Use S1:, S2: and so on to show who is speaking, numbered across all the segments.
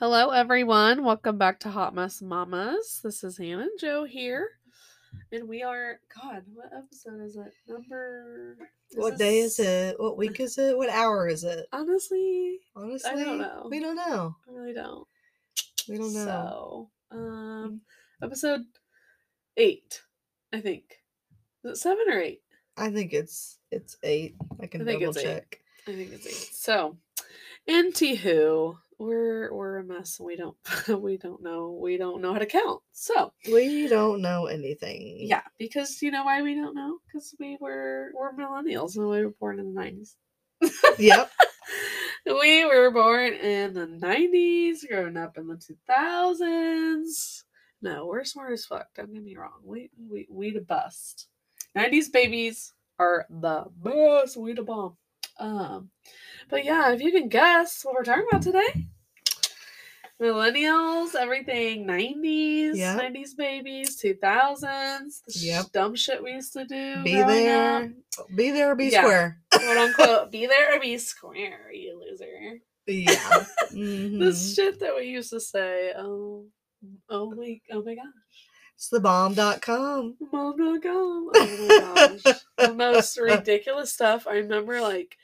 S1: Hello, everyone. Welcome back to Hot Mess Mamas. This is Hannah and Joe here. And we are, God, what episode is it? Number.
S2: What day is it? What week is it? What hour is it?
S1: Honestly,
S2: Honestly,
S1: know.
S2: we don't know.
S1: I really don't.
S2: We don't know.
S1: So, um, episode eight, I think. Is it seven or eight?
S2: I think it's it's eight. I can
S1: I think
S2: double
S1: it's eight.
S2: check.
S1: I think it's eight. So, anywho, we're we're a mess. We don't we don't know we don't know how to count. So,
S2: We don't know anything.
S1: Yeah, because you know why we don't know? Because we were we're millennials and we were born in the nineties.
S2: Yep.
S1: We were born in the nineties, growing up in the two thousands. No, we're smart as fuck. Don't get me wrong. We we we the best. Nineties babies are the best. We the bomb. Um, but yeah, if you can guess what we're talking about today. Millennials, everything, 90s,
S2: Yep.
S1: 90s babies, 2000s, the sh-
S2: Yep.
S1: dumb shit we used to do.
S2: Be
S1: growing
S2: there.
S1: up.
S2: Be there or be
S1: Yeah.
S2: square.
S1: quote unquote, be there or be square, you loser.
S2: Yeah. Mhm.
S1: The shit that we used to say, oh, oh my, oh my gosh,
S2: It's the bomb.com.
S1: mom, no, go. oh my gosh, the most ridiculous stuff. I remember like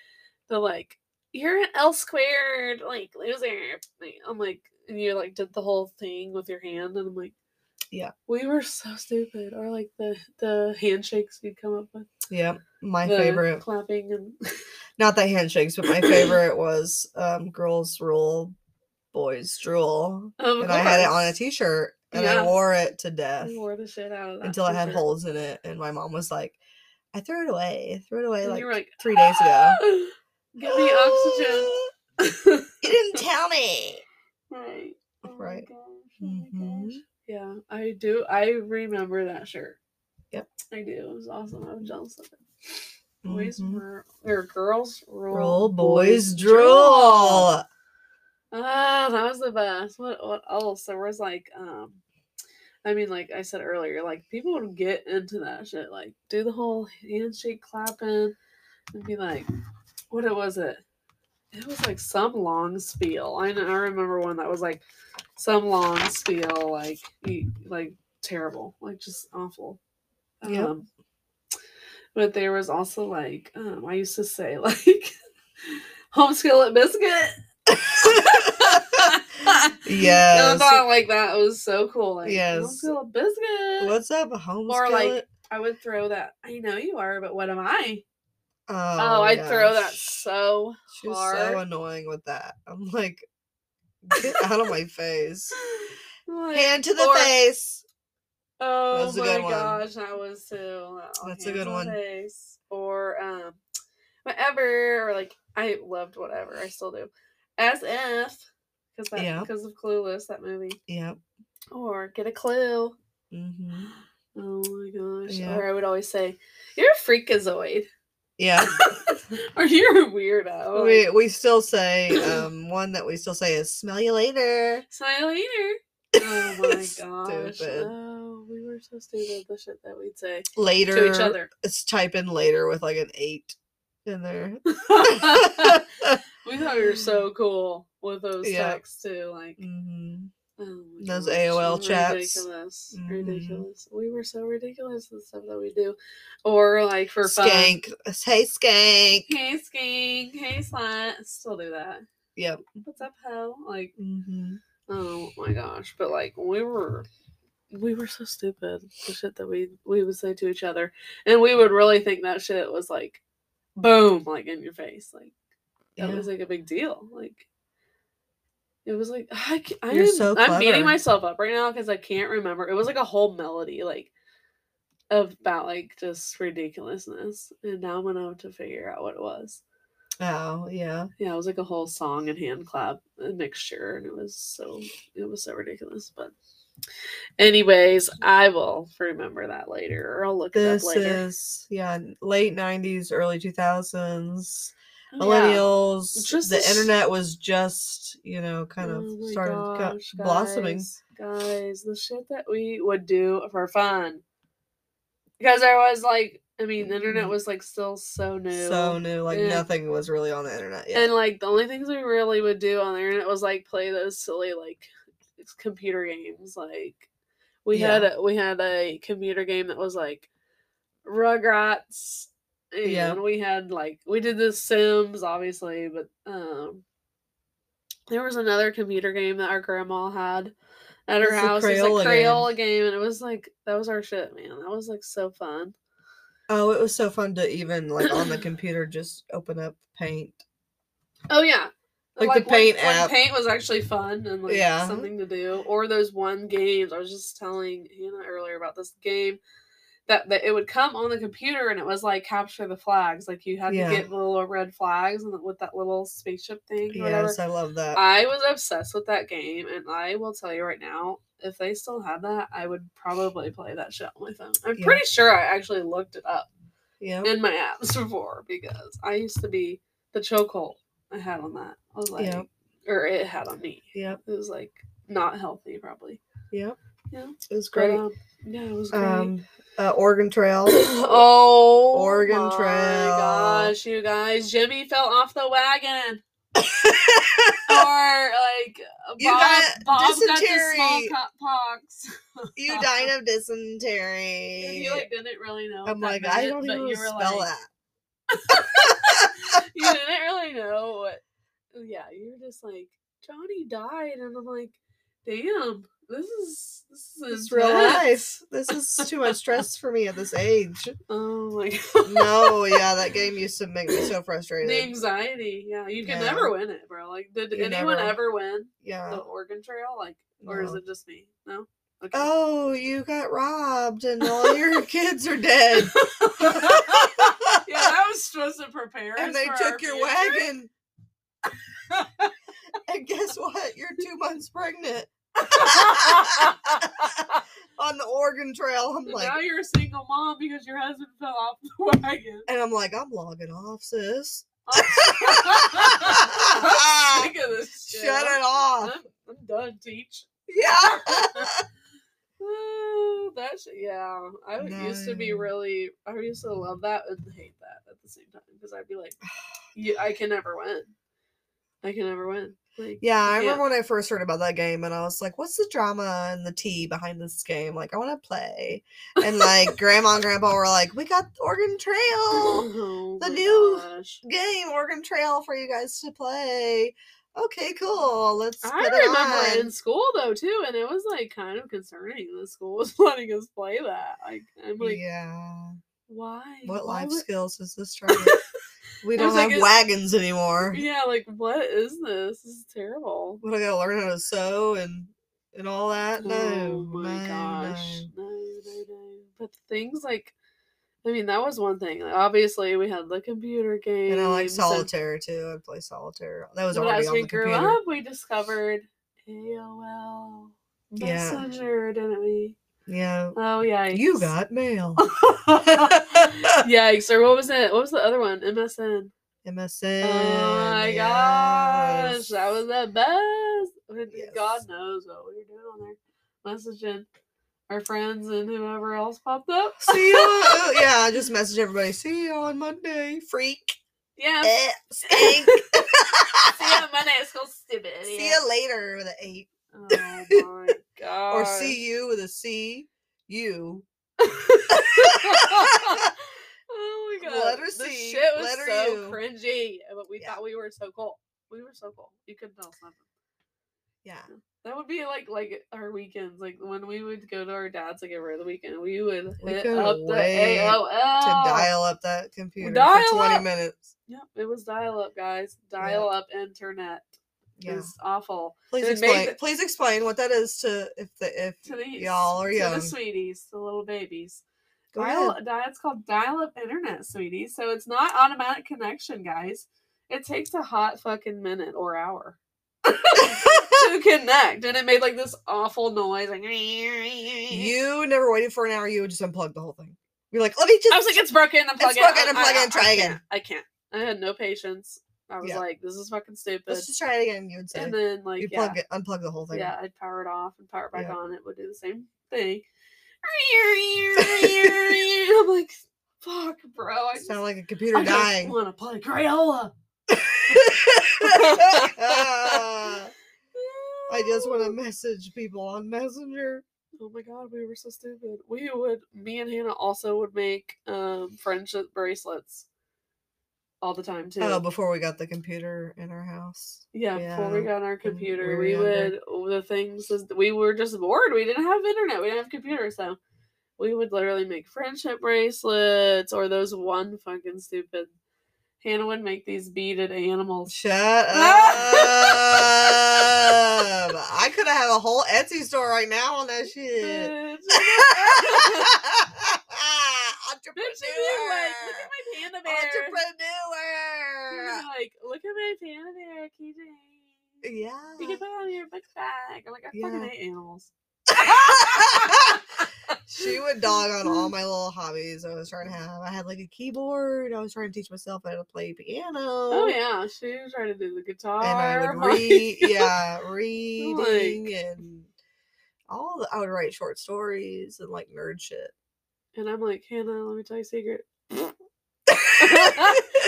S1: the like, you're an L squared, like loser. Like, I'm like, and you like did the whole thing with your hand, and I'm like,
S2: Yeah.
S1: we were so stupid. Or like the the handshakes we'd come up with,
S2: Yep. My
S1: the
S2: favorite.
S1: clapping and
S2: Not that handshakes, but my favorite was um girls rule, boys drool.
S1: Of
S2: and I had it on a
S1: course.
S2: t shirt and
S1: Yeah.
S2: I wore it to death.
S1: I wore the shit out of that
S2: until I had
S1: t-shirt.
S2: holes in it, and my mom was like, "I threw it away. I threw it away
S1: And
S2: like,
S1: you were like
S2: three days ago.
S1: Give me oxygen.
S2: you didn't tell me."
S1: right. Oh my
S2: Right.
S1: gosh, oh my
S2: Mhm.
S1: gosh. Yeah, I do. I remember that shirt.
S2: Yep.
S1: I do. It was awesome. I'm jealous of it. Boys
S2: Mhm.
S1: were or girls roll,
S2: Roll, boys, drool.
S1: Ah, that was the best. What what else? There was like um I mean like I said earlier, like people would get into that shit, like do the whole handshake clapping and be like what it was it? It was like some long spiel. I know I remember one that was like some long spiel, like you, like terrible, like just awful.
S2: Yep.
S1: Um, but there was also like um, I used to say like home skillet biscuit. And I
S2: yes.
S1: thought like that was so cool. Like home
S2: Yes.
S1: skillet biscuit.
S2: What's up, home
S1: Or, like,
S2: skillet?
S1: I would throw that. I know you are, but what am I?
S2: oh,
S1: Oh, I'd throw that
S2: gosh.
S1: so
S2: She was
S1: hard.
S2: so annoying with that. I'm like, get out of my face.
S1: Like,
S2: Hand to the
S1: or-
S2: face.
S1: Oh
S2: was a
S1: my
S2: good one.
S1: gosh, that was too. That all
S2: That's a
S1: hands
S2: good
S1: on
S2: one.
S1: Face. Or um, whatever, or like I loved whatever. I still do. As if, because that
S2: Yeah.
S1: because of Clueless that movie.
S2: Yep.
S1: Or get a clue.
S2: hmm
S1: Oh my gosh.
S2: Yeah.
S1: Or I would always say, "You're a freakazoid,"
S2: Yeah.
S1: or "You're a weirdo." Like,
S2: We we still say um one that we still say is smell you later.
S1: See you later. Oh my gosh.
S2: Stupid.
S1: Oh, we were so stupid. The shit that we'd say
S2: Later
S1: to each other.
S2: It's type in later with like an eight in there. Mm-hmm.
S1: We thought we were so cool with those
S2: Yeah.
S1: texts too. Like
S2: Mhm.
S1: oh my
S2: Those
S1: gosh,
S2: AOL chats.
S1: ridiculous,
S2: Mhm.
S1: ridiculous. We were so ridiculous with stuff that we do, or like for fun.
S2: Skank. Hey skank.
S1: Hey skank, hey slut. Still do that.
S2: Yep.
S1: What's up, hell? Like
S2: hmm
S1: oh my gosh, but like we were. We were so stupid. The shit that we we would say to each other, and we would really think that shit was like, boom, like in your face, like that
S2: Yeah.
S1: was like a big deal. Like it was like I ca- I
S2: You're
S1: am,
S2: so
S1: I'm beating
S2: clever.
S1: myself up right now because I can't remember. It was like a whole melody like of about like just ridiculousness, and now I'm gonna have to figure out what it was.
S2: Oh yeah.
S1: Yeah, it was like a whole song and hand clap and mixture, and it was so it was so ridiculous. But anyways, I will remember that later, or I'll look it
S2: Mm. This
S1: up later.
S2: is yeah, late nineties, early two thousands.
S1: Oh, yeah.
S2: Millennials.
S1: Just
S2: the
S1: this-
S2: internet was just, you know, kind of
S1: Oh my
S2: started co-
S1: gosh,
S2: blossoming.
S1: Guys, guys, the shit that we would do for fun. Because there was like I mean, the internet was like still so new.
S2: Mm-hmm. So new, like
S1: Yeah.
S2: nothing was really on the internet yet.
S1: Eh. And like the only things we really would do on the internet was like play those silly like s- computer games. Like we had a we had a computer game that was like Rugrats, and
S2: Yeah.
S1: we had like we did the Sims obviously, but um, there was another computer game that our grandma had at her
S2: It's the
S1: house. It was
S2: Crayola
S1: a
S2: game.
S1: Crayola game, and it was like that was our shit, man. That was like so fun.
S2: oh, it was so fun to even like on the computer just open up Paint.
S1: Oh yeah.
S2: Like the paint
S1: when,
S2: app.
S1: When paint was actually fun and like
S2: Yeah.
S1: something to do. Or those one games. I was just telling Hannah earlier about this game that, that it would come on the computer and it was like capture the flags. Like you had
S2: Yeah.
S1: to get little red flags and with that little spaceship thing. Or whatever.
S2: Yes, uh I love that.
S1: I was obsessed with that game and I will tell you right now, if they still had that, I would probably play that shit on my phone. I'm
S2: Yeah.
S1: pretty sure I actually looked it up
S2: yeah.
S1: in my apps before because I used to be the chokehold I had on that. I was like,
S2: Yep.
S1: or it had on me.
S2: Yep.
S1: It was like not healthy, probably.
S2: Yep.
S1: Yeah.
S2: It was
S1: But,
S2: great.
S1: um, yeah, it was great.
S2: Um, uh, Oregon Trail.
S1: oh,
S2: Oregon
S1: my
S2: Trail.
S1: Gosh, you guys, Jimmy fell off the wagon, or like Bob,
S2: You got
S1: Bob
S2: dysentery.
S1: got the smallpox.
S2: you died of dysentery.
S1: And you like didn't really know.
S2: I'm
S1: what that
S2: like, I
S1: meant,
S2: don't
S1: but
S2: even
S1: you were
S2: spell
S1: like,
S2: that.
S1: you didn't really know what. Yeah, you were just like Johnny died, and I'm like, damn, this is this is
S2: It's real
S1: nuts."
S2: life. This is too much stress for me at this age.
S1: Oh my god,
S2: No, yeah, that game used to make me so
S1: the
S2: frustrated.
S1: anxiety. Yeah, you can
S2: Yeah.
S1: never win it, bro. Like, did
S2: You
S1: anyone
S2: never-
S1: ever win the
S2: Yeah.
S1: Oregon Trail? Like, or is
S2: No.
S1: it just me? No. Okay.
S2: Oh, you got robbed and all your kids are dead.
S1: yeah, that was supposed to prepare.
S2: and
S1: us
S2: they
S1: for our
S2: took your
S1: future.
S2: wagon. and guess what? You're two months pregnant on the Oregon Trail. I'm
S1: And
S2: like,
S1: now you're a single mom because your husband fell off the wagon.
S2: and I'm like, I'm logging off, sis.
S1: I'm sick of this shit.
S2: Shut it off.
S1: I'm, I'm done, teach.
S2: Yeah.
S1: Oh, that shit, yeah. I would- used to be
S2: No.
S1: really, I used to love that and hate that at the same time because I'd be like, you, I can never win. I can never win. Like,
S2: Yeah, I
S1: you can't-
S2: remember when I first heard about that game, and I was like, "What's the drama and the tea behind this game? Like, I want to play." And like, Grandma and Grandpa were like, "We got Oregon Trail
S1: Oh
S2: the
S1: my
S2: new-
S1: gosh.
S2: game, Oregon Trail for you guys to play." Okay, cool. Let's put
S1: I
S2: it
S1: remember
S2: on.
S1: in school though too, and it was like kind of concerning. The school was letting us play that. Like, I'm like,
S2: yeah.
S1: why?
S2: What
S1: Why
S2: life
S1: would-
S2: skills is this trying? we don't
S1: was like
S2: have
S1: a-
S2: wagons anymore.
S1: Yeah, like what is this? This is terrible.
S2: What I gotta learn how to sew and and all that. No,
S1: oh my
S2: no,
S1: gosh.
S2: no.
S1: No, no, no. But things like I mean, that was one thing. Like, obviously we had the computer game.
S2: And I like solitaire too. I'd play solitaire. That was
S1: But
S2: already
S1: as
S2: on
S1: we
S2: the
S1: grew
S2: computer.
S1: up we discovered AOL
S2: Yeah.
S1: Messenger, didn't we?
S2: Yeah.
S1: Oh yeah.
S2: You got mail.
S1: Oh Yikes, or what was it? What was the other one? MSN.
S2: MSN.
S1: Oh my gosh, that was
S2: yes.
S1: the best. I mean,
S2: Yes.
S1: God knows what we were doing on there, messaging our friends and whoever else popped up.
S2: See you. oh, yeah, I just message everybody. See you on Monday, freak.
S1: Yeah, see
S2: Eh, skank.
S1: ya Monday at school, stupid idiot.
S2: see you later with an eight,
S1: Oh my god.
S2: or see you with a C. You.
S1: oh my god.
S2: Letter
S1: This
S2: C,
S1: shit was
S2: letter
S1: so
S2: U.
S1: cringy, but we
S2: Yeah.
S1: thought we were so cool. We were so cool. You couldn't tell us nothing.
S2: Yeah.
S1: That would be like like our weekends, like when we would go to our dad's like every other weekend, we would
S2: We
S1: hit
S2: couldn't
S1: up the
S2: wait
S1: AOL.
S2: To dial up that computer
S1: Oh. dial
S2: for 20
S1: up.
S2: minutes.
S1: Yep, it was dial up, guys. Dial up internet
S2: Yeah.
S1: is awful
S2: Please
S1: It made
S2: explain.
S1: the-
S2: Please explain what that is to if the if
S1: to the
S2: y'all are
S1: to
S2: young.
S1: the sweeties, the little babies.
S2: Go
S1: dial,
S2: ahead.
S1: di- It's called dial up internet, sweeties. So it's not automatic connection, guys. It takes a hot fucking minute or hour to connect, and it made like this awful noise. Like
S2: you never waited for an hour. You would just unplug the whole thing. You're like, let me just.
S1: I was like, it's broken. I'm plugging.
S2: broken, I'm plugging, try
S1: I
S2: again.
S1: Can't, I can't. I had no patience. I was
S2: Yeah.
S1: like, this is fucking stupid.
S2: let's just try it again. You would say.
S1: And then like
S2: you
S1: yeah,
S2: plug it, unplug the whole thing.
S1: yeah, I'd power it off and power it back
S2: Yeah.
S1: on. It would do the same thing. I'm like, fuck, bro. I just,
S2: Sound like a computer
S1: I
S2: dying.
S1: want to play Crayola.
S2: I just want to message people on Messenger.
S1: Oh my god, we were so stupid. We would, me and Hannah also would make um friendship bracelets all the time too.
S2: Oh, before we got the computer in our house.
S1: yeah, before we
S2: yeah,
S1: got on our
S2: we
S1: computer,
S2: were
S1: we,
S2: younger.
S1: would oh, the things is- we were just bored. We didn't have internet. We didn't have computers, so we would literally make friendship bracelets or those one fucking stupid. Hannah would make these beaded animals.
S2: Shut up. I could have had a whole Etsy store right now on that shit.
S1: Bitch, Bitch, you'd be like, look at my panda
S2: Entrepreneur.
S1: bear. You'd
S2: Entrepreneur.
S1: be like, look at my panda bear, KJ.
S2: Yeah.
S1: You can put it on your book bag. I'm like, I
S2: Yeah. Oh.
S1: fucking hate animals.
S2: she would dog on all my little hobbies I was trying to have. I had like a keyboard. I was trying to teach myself how to play piano.
S1: oh yeah, she was trying to do the guitar.
S2: And I would
S1: like-
S2: read, yeah, reading and all the, I would write short stories and like nerd shit.
S1: And I'm like, Hannah, let me tell you a secret.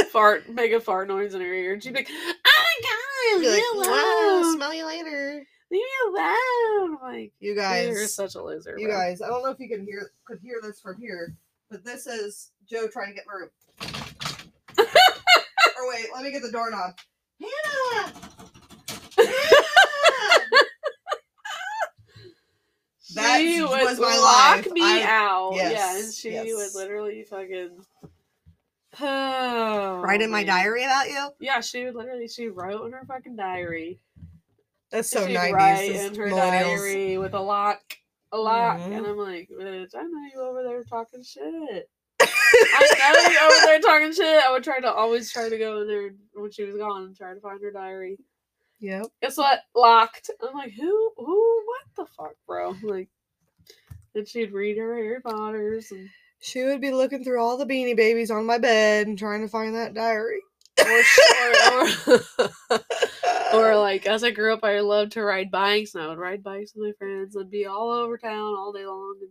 S1: fart, make a fart noise in her ear, and she'd be like, Oh my god,
S2: Be
S1: leave
S2: like,
S1: me
S2: wow,
S1: alone,
S2: smell you later.
S1: leave me alone. I'm like,
S2: You
S1: you're
S2: guys,
S1: such a loser.
S2: you
S1: bro.
S2: guys, I don't know if you can hear, could hear this from here, but this is Joe trying to get my room. or wait, let me get the doorknob. Hannah! Hannah! That
S1: she
S2: was
S1: would
S2: my
S1: lock
S2: life.
S1: me
S2: I-
S1: out. yeah, and
S2: yes,
S1: she
S2: yes.
S1: would literally fucking
S2: Write in my
S1: man.
S2: diary about you.
S1: Yeah, she would literally she wrote in her fucking diary.
S2: That's so
S1: She'd
S2: nineties.
S1: write in her diary with a lock, a lock,
S2: Mm-hmm.
S1: and I'm like, bitch, I know you over there talking shit. I know you over there talking shit. I would try to always try to go in there when she was gone and try to find her diary.
S2: Yep.
S1: Guess what? Locked. I'm like, who? Who? What the fuck, bro? Like, and she'd read her Harry Potter's and.
S2: She would be looking through all the beanie babies on my bed and trying to find that diary.
S1: or, sh- or, or, or like as I grew up, I loved to ride bikes, and I would ride bikes with my friends. I'd be all over town all day long, and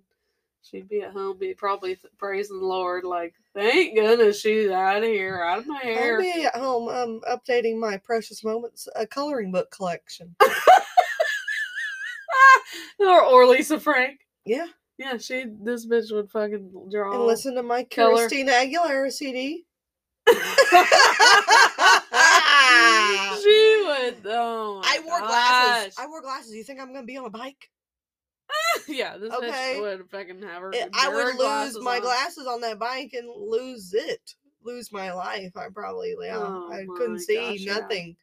S1: she'd be at home, be probably th- praising the Lord, like, "Thank goodness she's out of here, out of my
S2: I'll
S1: hair."
S2: be at home um, updating my precious moments uh, coloring book collection.
S1: or, or Lisa Frank.
S2: Yeah,
S1: Yeah, she. This bitch would fucking draw.
S2: and listen to my
S1: color.
S2: Christina Aguilera CD.
S1: she would. Oh, my
S2: I wore glasses.
S1: gosh.
S2: I wore glasses. You think I'm gonna be on a bike?
S1: yeah, this
S2: Okay.
S1: bitch would fucking have her.
S2: It- Eh, I
S1: her
S2: would lose my
S1: on.
S2: glasses on that bike and lose it, lose my life. I probably, yeah,
S1: Oh
S2: I
S1: my
S2: couldn't see
S1: gosh, yeah.
S2: nothing.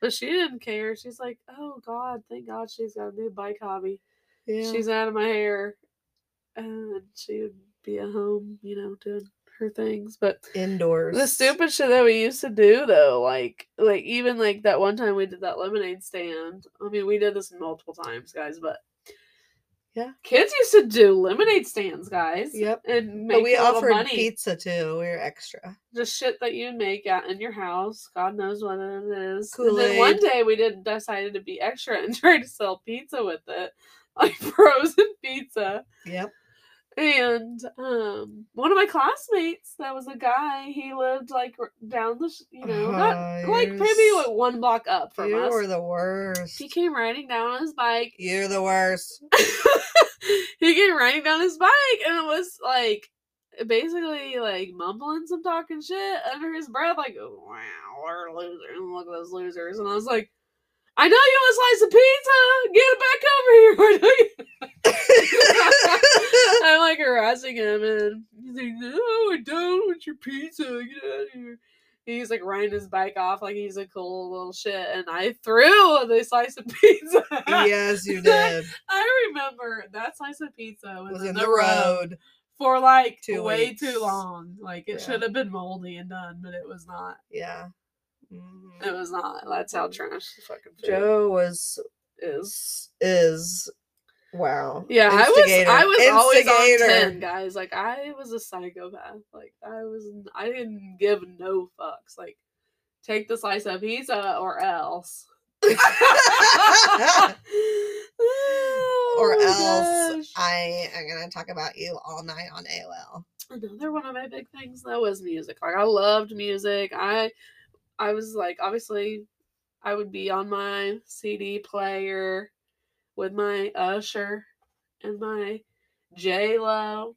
S1: But she didn't care. She's like, oh God, thank God she's got a new bike hobby.
S2: Yeah,
S1: She's out of my hair. And she would be at home, you know, doing her things. But
S2: indoors.
S1: the stupid shit that we used to do though, like like even like that one time we did that lemonade stand. I mean, we did this multiple times, guys, but
S2: Yeah.
S1: Kids used to do lemonade stands, guys.
S2: Yep.
S1: And make
S2: But we
S1: a little
S2: offered
S1: money.
S2: pizza too. We were extra.
S1: just shit that you make out in your house. God knows what it is. And then one
S2: Kool-Aid.
S1: day we did decided to be extra and tried to sell pizza with it, like frozen pizza.
S2: Yep.
S1: And um, one of my classmates, that was a guy. He lived like r- down the, sh- you know, not
S2: Oh,
S1: like
S2: you're
S1: maybe
S2: s-
S1: like one block up from
S2: you
S1: us.
S2: were the worst.
S1: He came riding down on his bike.
S2: You're the worst.
S1: he came riding down his bike, and it was like basically like mumbling some talking shit under his breath, like "Wow, we're losers! Look at those losers!" And I was like, "I know you want a slice of pizza. Get it back over here!" I know you-" I'm like harassing him, and he's like, "No, I don't want your pizza. Get out of here." And He's like riding his bike off like he's a cool little shit, and I threw the slice of pizza.
S2: yes, you did.
S1: I remember that slice of pizza was,
S2: Was in the road.
S1: for like
S2: Two
S1: way
S2: weeks.
S1: too long. Like it
S2: Yeah.
S1: should have been moldy and done, but it was not.
S2: Yeah. Mhm.
S1: It was not. That's how trash the fucking food
S2: Joe was
S1: is.
S2: is, is wow.
S1: Yeah, I was.
S2: Instigator.
S1: I was always on
S2: Instigator.
S1: ten, guys. Like I was a psychopath. Like I was. I didn't give no fucks. Like take the slice of pizza or else.
S2: or
S1: Oh my
S2: else
S1: gosh. Oh,
S2: I am gonna talk about you all night on AOL.
S1: another one of my big things though was music. Like I loved music. I I was like obviously I would be on my CD player with my Usher and my J Lo.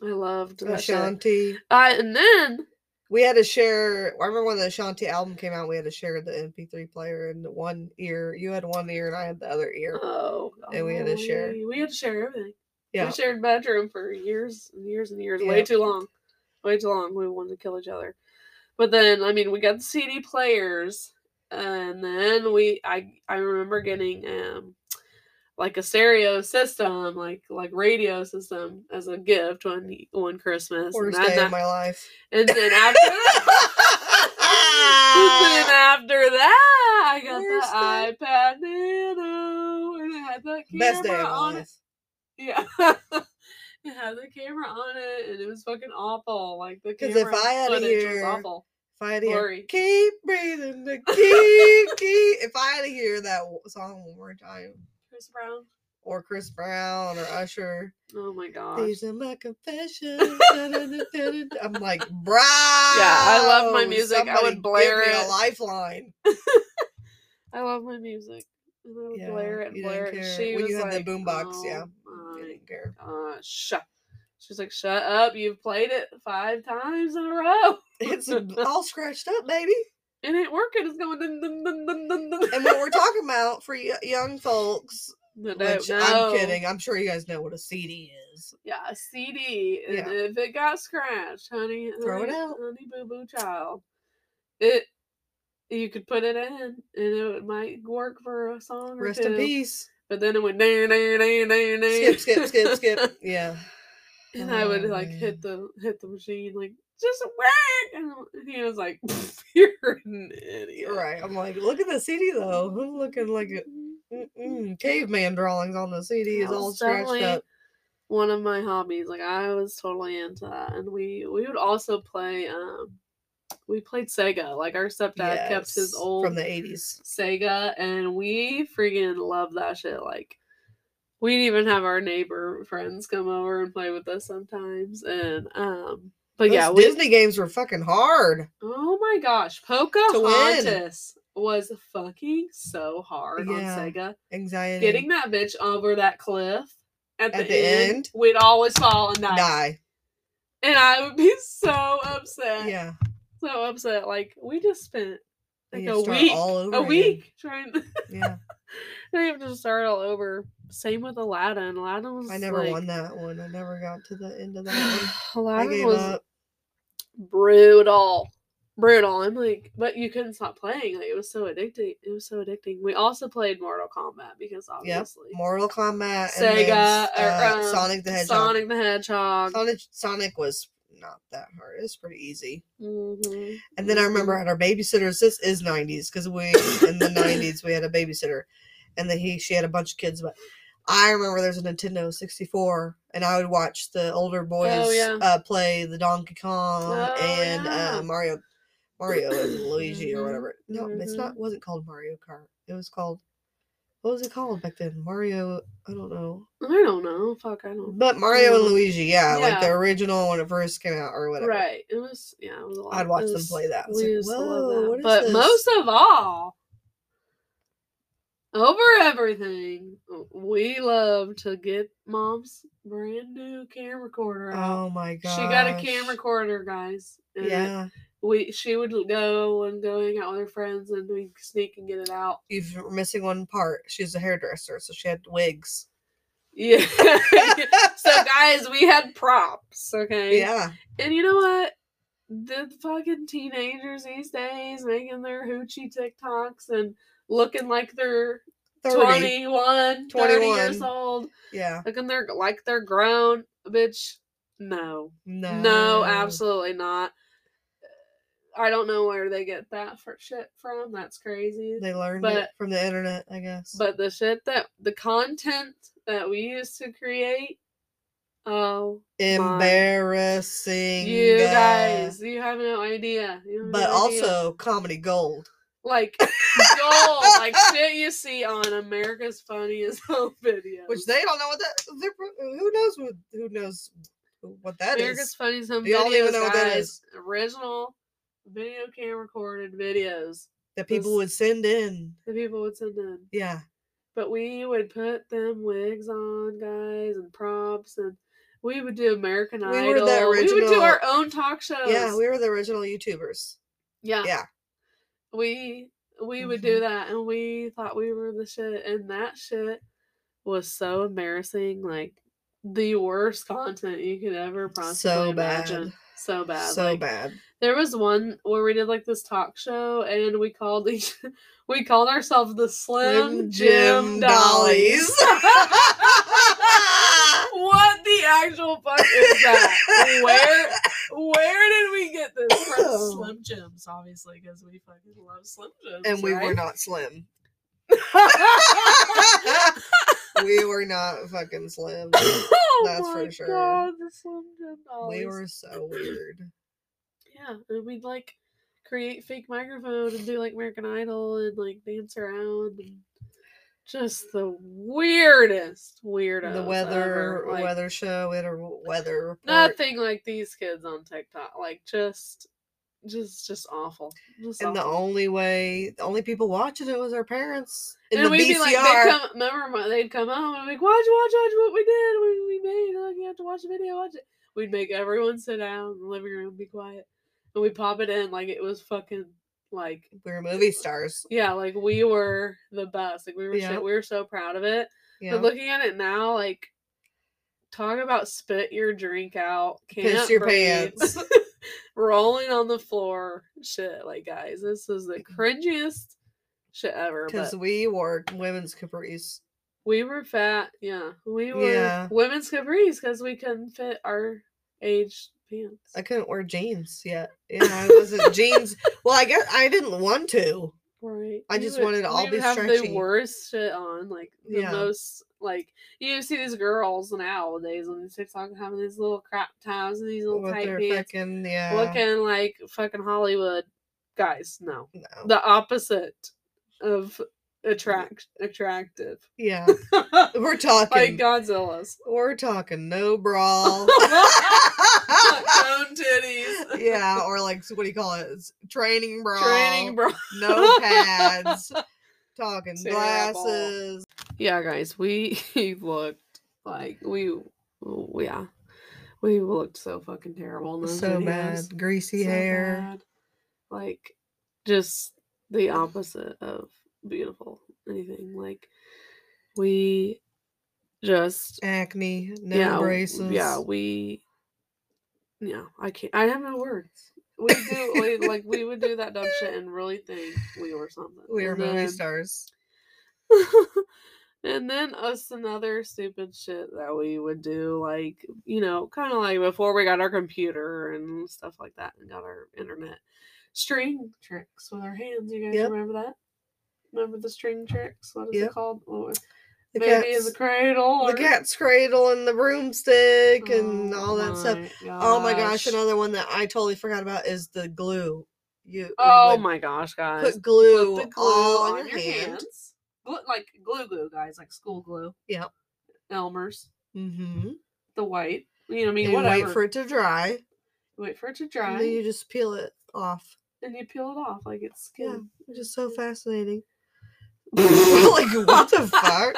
S1: I loved
S2: Oh,
S1: that shit.
S2: Ashanti.
S1: I, and then
S2: We had to share. I remember when the Ashanti album came out, we had to share the MP3 player and one ear. You had one ear and I had the other ear.
S1: oh,
S2: And we had to share.
S1: golly, We had to share everything.
S2: Yeah.
S1: We shared bedroom for years and years and years.
S2: Yeah.
S1: Way too long. Way too long. We wanted to kill each other. But then, I mean, we got CD players, and then we I I remember getting um like a stereo system, like like radio system as a gift one one Christmas.
S2: Worst
S1: and,
S2: day
S1: that,
S2: of my life.
S1: and then after and then after that, I got
S2: Worst day.
S1: the iPad Nano, and it had that camera
S2: Best day of my
S1: on it.
S2: life.
S1: Yeah. it had the camera on it and it was fucking awful. Like the
S2: 'Cause
S1: camera
S2: if I had a
S1: footage was
S2: year-
S1: awful.
S2: If I had to hear,
S1: Glory.
S2: keep breathing the key, key. If I had to hear that w- song one more time,
S1: Chris Brown.
S2: or Chris Brown or Usher,
S1: Oh my gosh.
S2: these are my confessions. da, da, da, da, da, da. I'm like, bro. Yeah,
S1: I love my music. I would blare
S2: give me
S1: it.
S2: a lifeline.
S1: I love my music. And I would
S2: Yeah,
S1: blare it and
S2: you didn't
S1: blare it. and
S2: care.
S1: She
S2: When
S1: was
S2: you had the
S1: like,
S2: boombox,
S1: oh
S2: yeah. I
S1: My
S2: didn't care.
S1: gosh. Shut. She's like, shut up. You've played it five times in a row.
S2: It's all scratched up, baby.
S1: It ain't working. It's going dun dun dun dun dun dun.
S2: And what we're talking about for y- young folks,
S1: No, no,
S2: which I'm
S1: no.
S2: kidding. I'm sure you guys know what a CD is.
S1: Yeah, a CD. And
S2: Yeah.
S1: if it got scratched, honey,
S2: Throw it
S1: honey-
S2: out.
S1: honey boo boo child. It you could put it in, and it might work for a song or
S2: Rest
S1: two.
S2: in peace.
S1: But then it went ding ding ding ding ding.
S2: skip, skip, skip, skip. Yeah.
S1: and I would
S2: Oh,
S1: like hit
S2: man.
S1: the hit the machine like just whack, and he was like, "You're an idiot."
S2: You're right. I'm like, look at the CD though. I'm looking like a
S1: Mm-hmm.
S2: mm-mm, caveman drawings on the CD is
S1: That
S2: all
S1: was
S2: scratched
S1: definitely
S2: up.
S1: One of my hobbies, like I was totally into that, and we we would also play. um We played Sega. Like our stepdad kept
S2: Yes,
S1: his old
S2: from the 80s.
S1: Sega, and we freaking love that shit. Like, we'd even have our neighbor friends come over and play with us sometimes. And um, but
S2: Those
S1: yeah, we,
S2: Disney games were fucking hard.
S1: oh my gosh, Pocahontas was fucking so hard
S2: Yeah.
S1: on Sega.
S2: Anxiety.
S1: Getting that bitch over that cliff at, the,
S2: At the
S1: end,
S2: end?
S1: we'd always fall and die,
S2: die.
S1: and I would be so upset,
S2: Yeah.
S1: so upset. Like we just spent like
S2: You
S1: a
S2: start
S1: week,
S2: all over
S1: a
S2: again.
S1: week trying.
S2: Yeah.
S1: They have to start all over. Same with Aladdin. Aladdin was
S2: I never
S1: like,
S2: won that one. I never got to the end of that one. I
S1: Aladdin
S2: gave
S1: was
S2: up.
S1: brutal, brutal. I'm like, but you couldn't stop playing. Like it was so addicting. It was so addicting. We also played Mortal Kombat because obviously
S2: Mortal Kombat and then,
S1: Sega or
S2: uh,
S1: um,
S2: Sonic the Hedgehog.
S1: Sonic the Hedgehog.
S2: Sonic Sonic was not that hard. It was pretty easy.
S1: Mhm.
S2: And then I remember I had our babysitters. This is '90s because we in the '90s we had a babysitter, and then he she had a bunch of kids. But I remember there's a Nintendo 64, and I would watch the older boys
S1: Oh, yeah.
S2: uh, play the Donkey Kong
S1: Oh,
S2: and
S1: yeah.
S2: uh, Mario, Mario and Luigi
S1: Mhm,
S2: or whatever. No, it's
S1: mhm.
S2: not. Wasn't called Mario Kart. It was called what was it called back then? Mario. I don't know.
S1: I don't know. Fuck, I don't.
S2: But Mario and
S1: Mhm.
S2: Luigi, yeah, like the
S1: Yeah.
S2: original when it first came out or whatever.
S1: Right. It was yeah. It was a lot.
S2: I'd watch
S1: it
S2: them
S1: was-
S2: play that. I was
S1: We
S2: like,
S1: used to
S2: "Whoa,
S1: love
S2: what
S1: that.
S2: is
S1: But
S2: this?"
S1: most of all, over everything, we love to get mom's brand new camera recorder out.
S2: Oh my god.
S1: she got a camera uh, recorder, guys. and
S2: Yeah.
S1: We she would go and go hang out with her friends, and we sneak and get it out.
S2: You've- You're missing one part. She's a hairdresser, so she had wigs.
S1: Yeah. so guys, we had props. Okay.
S2: yeah.
S1: And you know what? The fucking teenagers these days making their hoochie TikToks and looking like they're
S2: 30.
S1: 21, 30 years
S2: 21.
S1: old,
S2: Yeah.
S1: looking they're like they're grown, bitch. No.
S2: No.
S1: No, absolutely not. I don't know where they get that for shit from. That's crazy.
S2: They learned it
S1: But-
S2: from the internet, I guess.
S1: But the shit that the content that we used to create, oh,
S2: Embarrassing.
S1: you
S2: uh,
S1: guys, you have no idea. You have
S2: But
S1: no idea.
S2: also comedy gold.
S1: like gold, like shit you see on America's Funniest Home Videos.
S2: Which they don't know what that. they're pro- Who knows? What, who knows what that
S1: Here
S2: is.
S1: gets funny some
S2: We all
S1: videos,
S2: even know what that
S1: guys.
S2: is.
S1: Original video cam recorded videos
S2: That people would send in.
S1: that people would send in.
S2: Yeah.
S1: But we would put them wigs on, guys, and props, and we would do American
S2: We
S1: Idol.
S2: were the
S1: We would do
S2: original-
S1: our own talk shows.
S2: Yeah, we were the original YouTubers.
S1: yeah.
S2: yeah.
S1: We we would
S2: Mm-hmm.
S1: do that, and we thought we were the shit, and that shit was so embarrassing, like the worst content you could ever possibly
S2: So bad.
S1: imagine. So bad.
S2: so
S1: like,
S2: bad.
S1: There was one where we did like this talk show, and we called each we called ourselves the Slim
S2: Slim
S1: Jim
S2: Jim
S1: Dollies. what the actual fuck is that? Where where did we get this from?
S2: Oh.
S1: Slim Jims, obviously, because we fucking love Slim Jims,
S2: And we were
S1: right?
S2: not slim. we were not fucking slim.
S1: oh
S2: That's
S1: my
S2: for sure.
S1: God, the Slim Jim Dollies.
S2: We were so weird.
S1: Yeah, and we'd like create fake microphone and do like American Idol and like dance around and just the weirdest weirdo.
S2: The weather weather show. We had a weather report.
S1: nothing like these kids on TikTok. Like just, just, just awful. Just
S2: And the
S1: awful.
S2: only way, the only people watching it was our parents. In
S1: and
S2: the
S1: we'd
S2: BCR.
S1: be like, they'd come, remember, my- they'd come home and be like, watch, watch, watch what we did, we, we made. Like, you have to watch the video, watch it. We'd make everyone sit down in the living room, be quiet, and we'd pop it in like it was fucking like
S2: we were movie stars.
S1: Yeah, like we were the best. Like we were,
S2: Yeah.
S1: so, we were so proud of it.
S2: Yeah.
S1: But looking at it now, like talk about spit your drink out, can't
S2: Piss your
S1: breathe,
S2: pants.
S1: rolling on the floor, shit. Like guys, this is the
S2: Mm-hmm.
S1: cringiest shit ever.
S2: Because
S1: But
S2: we wore women's capris.
S1: we were fat. Yeah, we were
S2: Yeah.
S1: women's capris because we couldn't fit our age pants.
S2: I couldn't wear jeans yet. Yeah, I wasn't jeans. Well, I guess I didn't want to.
S1: Right.
S2: I
S1: You
S2: just
S1: would-
S2: wanted to all
S1: you
S2: be
S1: would have
S2: stretchy.
S1: the worst shit on, like the
S2: Yeah.
S1: most like you see these girls nowadays on TikTok having these little crop tops and these little
S2: With
S1: tight
S2: their
S1: pants,
S2: fucking yeah.
S1: looking like fucking Hollywood guys. No,
S2: no.
S1: the opposite of attract attractive.
S2: Yeah.
S1: like
S2: We're talking
S1: Godzilla's.
S2: we're talking no brawl.
S1: Own titties.
S2: yeah, or like what do you call it? It's training bra.
S1: Training bra.
S2: No pads. talking
S1: Terrible.
S2: glasses.
S1: yeah guys we looked like we w- yeah we looked so fucking terrible in those
S2: So
S1: videos.
S2: bad. Greasy
S1: So
S2: hair.
S1: bad. like just the opposite of beautiful anything like we just
S2: Acne. No
S1: yeah w-
S2: braces.
S1: yeah we yeah i can't i have no words we do we, like we would do that dumb shit and really think we were something
S2: We were
S1: And
S2: movie
S1: then-
S2: stars.
S1: and then us another stupid shit that we would do, like you know, kind of like before we got our computer and stuff like that, and got our internet string tricks with our hands. You guys
S2: Yep.
S1: remember that? Remember the string tricks? What is
S2: Yep.
S1: it called? What was-
S2: The
S1: Baby in the
S2: cats-
S1: cradle.
S2: the
S1: or-
S2: cat's cradle and the broomstick and
S1: Oh
S2: all that stuff.
S1: my
S2: Oh my gosh, another one that I totally forgot about is the glue. You we
S1: Oh
S2: would
S1: my gosh, guys!
S2: put glue,
S1: Put the
S2: all on, your, hand.
S1: hands. Glu- like glue glue, guys, like school glue.
S2: Yep.
S1: Elmer's.
S2: Mm-hmm.
S1: the white. You know, I mean,
S2: And
S1: whatever.
S2: wait for it to dry.
S1: wait for it to
S2: And
S1: dry,
S2: then you just peel it off.
S1: peel it off like it's
S2: Yeah.
S1: skin.
S2: Which is so fascinating. like what the fuck?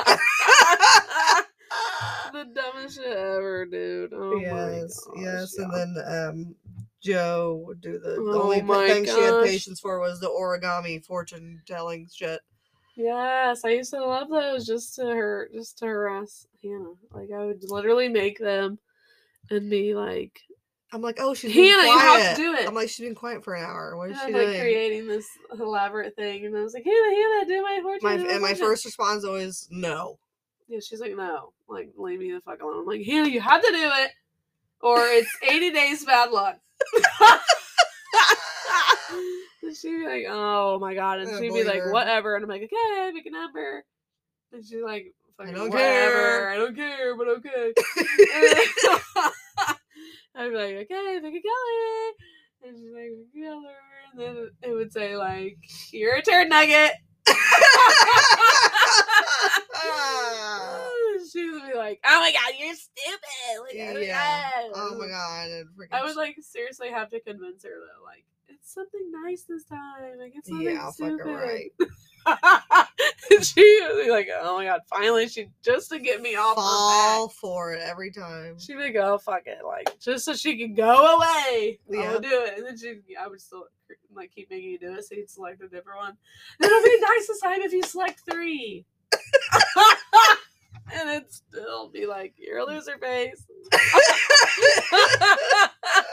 S1: the dumbest shit ever, dude. Oh
S2: yes,
S1: my gosh.
S2: yes.
S1: yeah.
S2: And then um Joe would do the, the
S1: Oh
S2: only p-
S1: my
S2: thing she had
S1: gosh.
S2: patience for was the origami fortune telling shit.
S1: yes, I used to love those just to her, just to harass Hannah. Like I would literally make them and be like,
S2: I'm like, oh, she's been
S1: Hannah, you
S2: quiet.
S1: have to do it.
S2: I'm like, she's been quiet for an hour. What is
S1: And I'm
S2: she
S1: like
S2: doing?
S1: creating this elaborate thing, and I was like, Hannah, Hannah, do my fortune.
S2: my
S1: do
S2: and my
S1: fortune."
S2: first response is always no.
S1: Yeah, she's like, no, like leave me the fuck alone. I'm like, Hannah, you have to do it, or it's 80 days bad luck. And she'd be like, oh my god, and
S2: I
S1: she'd be
S2: believe
S1: like,
S2: her.
S1: whatever, and I'm like, okay, pick a number. And she's like, fucking
S2: don't
S1: whatever,
S2: care."
S1: I don't care, but okay. I'd be like, okay, pick a color. And she's like, pick a color, and then it would say like, your turn, Nugget. she would be like, like, "Oh my god, you're stupid!" Like, I don't
S2: Yeah.
S1: know.
S2: Oh my god. and freaking
S1: I would like seriously have to convince her though, like it's something nice this time. Like it's something
S2: Yeah, fucking
S1: stupid.
S2: right.
S1: she would be like, "Oh my god, finally!" She just to get me off her
S2: Fall
S1: back.
S2: for it every time.
S1: She would go, "Fuck it!" Like just so she could go away. I
S2: Yeah.
S1: would do it, and then she, I would still like keep making you do it, so you'd select a different one. It'll be nice this time if you select three. and it'd still be like, "You're
S2: Mm.
S1: a loser face."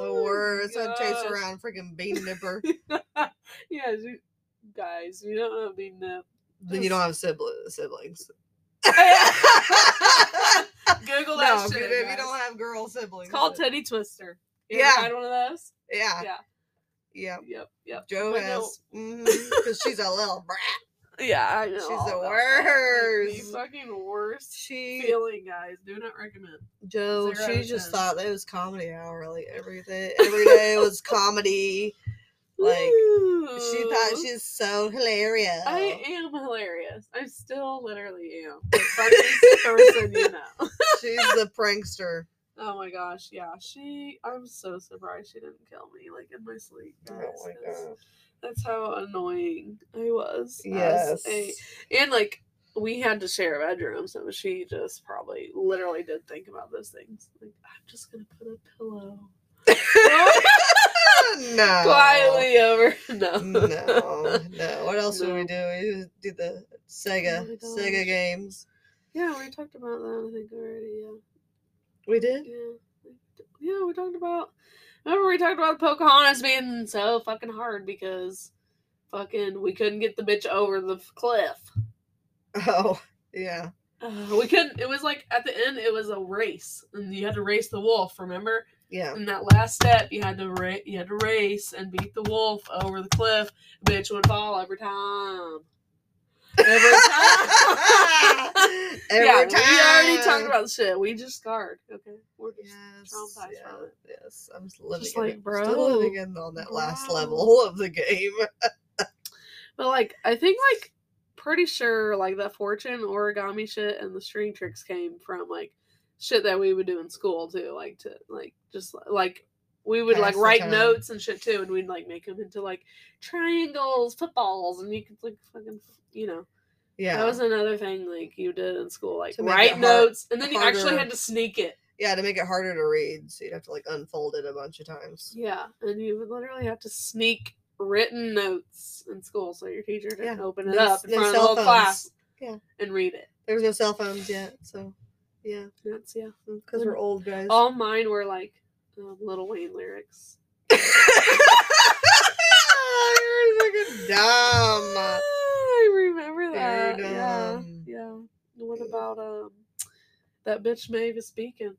S1: Oh
S2: the worst. I'd chase around freaking bean nipper.
S1: around. yeah, you, guys, you don't want to be nip.
S2: then you don't have sibli- siblings.
S1: Google that
S2: no, if you,
S1: shit.
S2: if you
S1: guys.
S2: don't have girl siblings.
S1: it's called
S2: then-
S1: Teddy Twister. You ever
S2: Yeah.
S1: had one of those?
S2: Yeah.
S1: Yeah.
S2: Yeah.
S1: Yep. Yep.
S2: Joe
S1: I know-
S2: has. Because she's a little brat.
S1: Yeah, I know.
S2: She's
S1: all
S2: the
S1: about that. Like,
S2: worst.
S1: The fucking worst
S2: She.
S1: feeling, guys. Do not recommend.
S2: Joe,
S1: Zero out
S2: she
S1: of
S2: just
S1: ten.
S2: thought that it was comedy hour. Like every day, every day was comedy. Like, She thought
S1: Ooh.
S2: she's so hilarious.
S1: I am hilarious. I still literally am. The funniest person you know.
S2: She's the prankster.
S1: Oh my gosh, yeah. She I'm so surprised she didn't kill me like in my sleep.
S2: Oh
S1: Guys. That's- That's how annoying I was. as
S2: Yes.
S1: a- and like we had to share a bedroom, so she just probably literally did think about those things. Like, I'm just gonna put a pillow
S2: no.
S1: quietly over no.
S2: No. No. What else would we
S1: No.
S2: do? We just do
S1: Oh
S2: the
S1: my
S2: Sega
S1: gosh.
S2: Sega games.
S1: yeah, we talked about that I think already, yeah.
S2: We did.
S1: Yeah. Yeah, we talked about. Remember, we talked about Pocahontas being so fucking hard because fucking we couldn't get the bitch over the f- cliff.
S2: Oh yeah.
S1: Uh, we couldn't. It was like at the end, it was a race, and you had to race the wolf. Remember,
S2: Yeah.
S1: in that last step, you had to ra- you had to race and beat the wolf over the cliff. bitch would fall every time. Every time.
S2: Every
S1: yeah,
S2: time.
S1: we already talked about shit. We just scarred. Okay, we're just
S2: Yes,
S1: traumatized
S2: yeah,
S1: from it.
S2: yes. I'm just living,
S1: Just
S2: in
S1: like,
S2: it. still living
S1: bro,
S2: in on that last
S1: bro.
S2: level of the game.
S1: But like, I think like pretty sure like that fortune origami shit and the string tricks came from like shit that we would do in school too. Like to like just like we would
S2: Pass
S1: like
S2: the
S1: write
S2: time.
S1: notes and shit too, and we'd like make them into like triangles, footballs, and you could like fucking you know
S2: Yeah.
S1: that was another thing like you did in school like
S2: To make it
S1: write
S2: har-
S1: notes and then you actually
S2: harder.
S1: had to sneak it.
S2: yeah, to make it harder to read, so you'd have to like unfold it a bunch of times.
S1: Yeah, and you would literally have to sneak written notes in school so your teacher didn't
S2: Yeah,
S1: open it
S2: no
S1: up
S2: s-
S1: in
S2: no
S1: front of the
S2: cell
S1: whole
S2: phones.
S1: class.
S2: Yeah.
S1: and read it.
S2: There's no cell phones yet, so yeah,
S1: That's yeah.
S2: because we're old guys.
S1: All mine were like um, Little Wayne lyrics.
S2: You're fucking dumb.
S1: I remember
S2: Very
S1: that. Uh, Yeah,
S2: dumb.
S1: yeah. What
S2: Yeah.
S1: about um that bitch Mavis Beacon?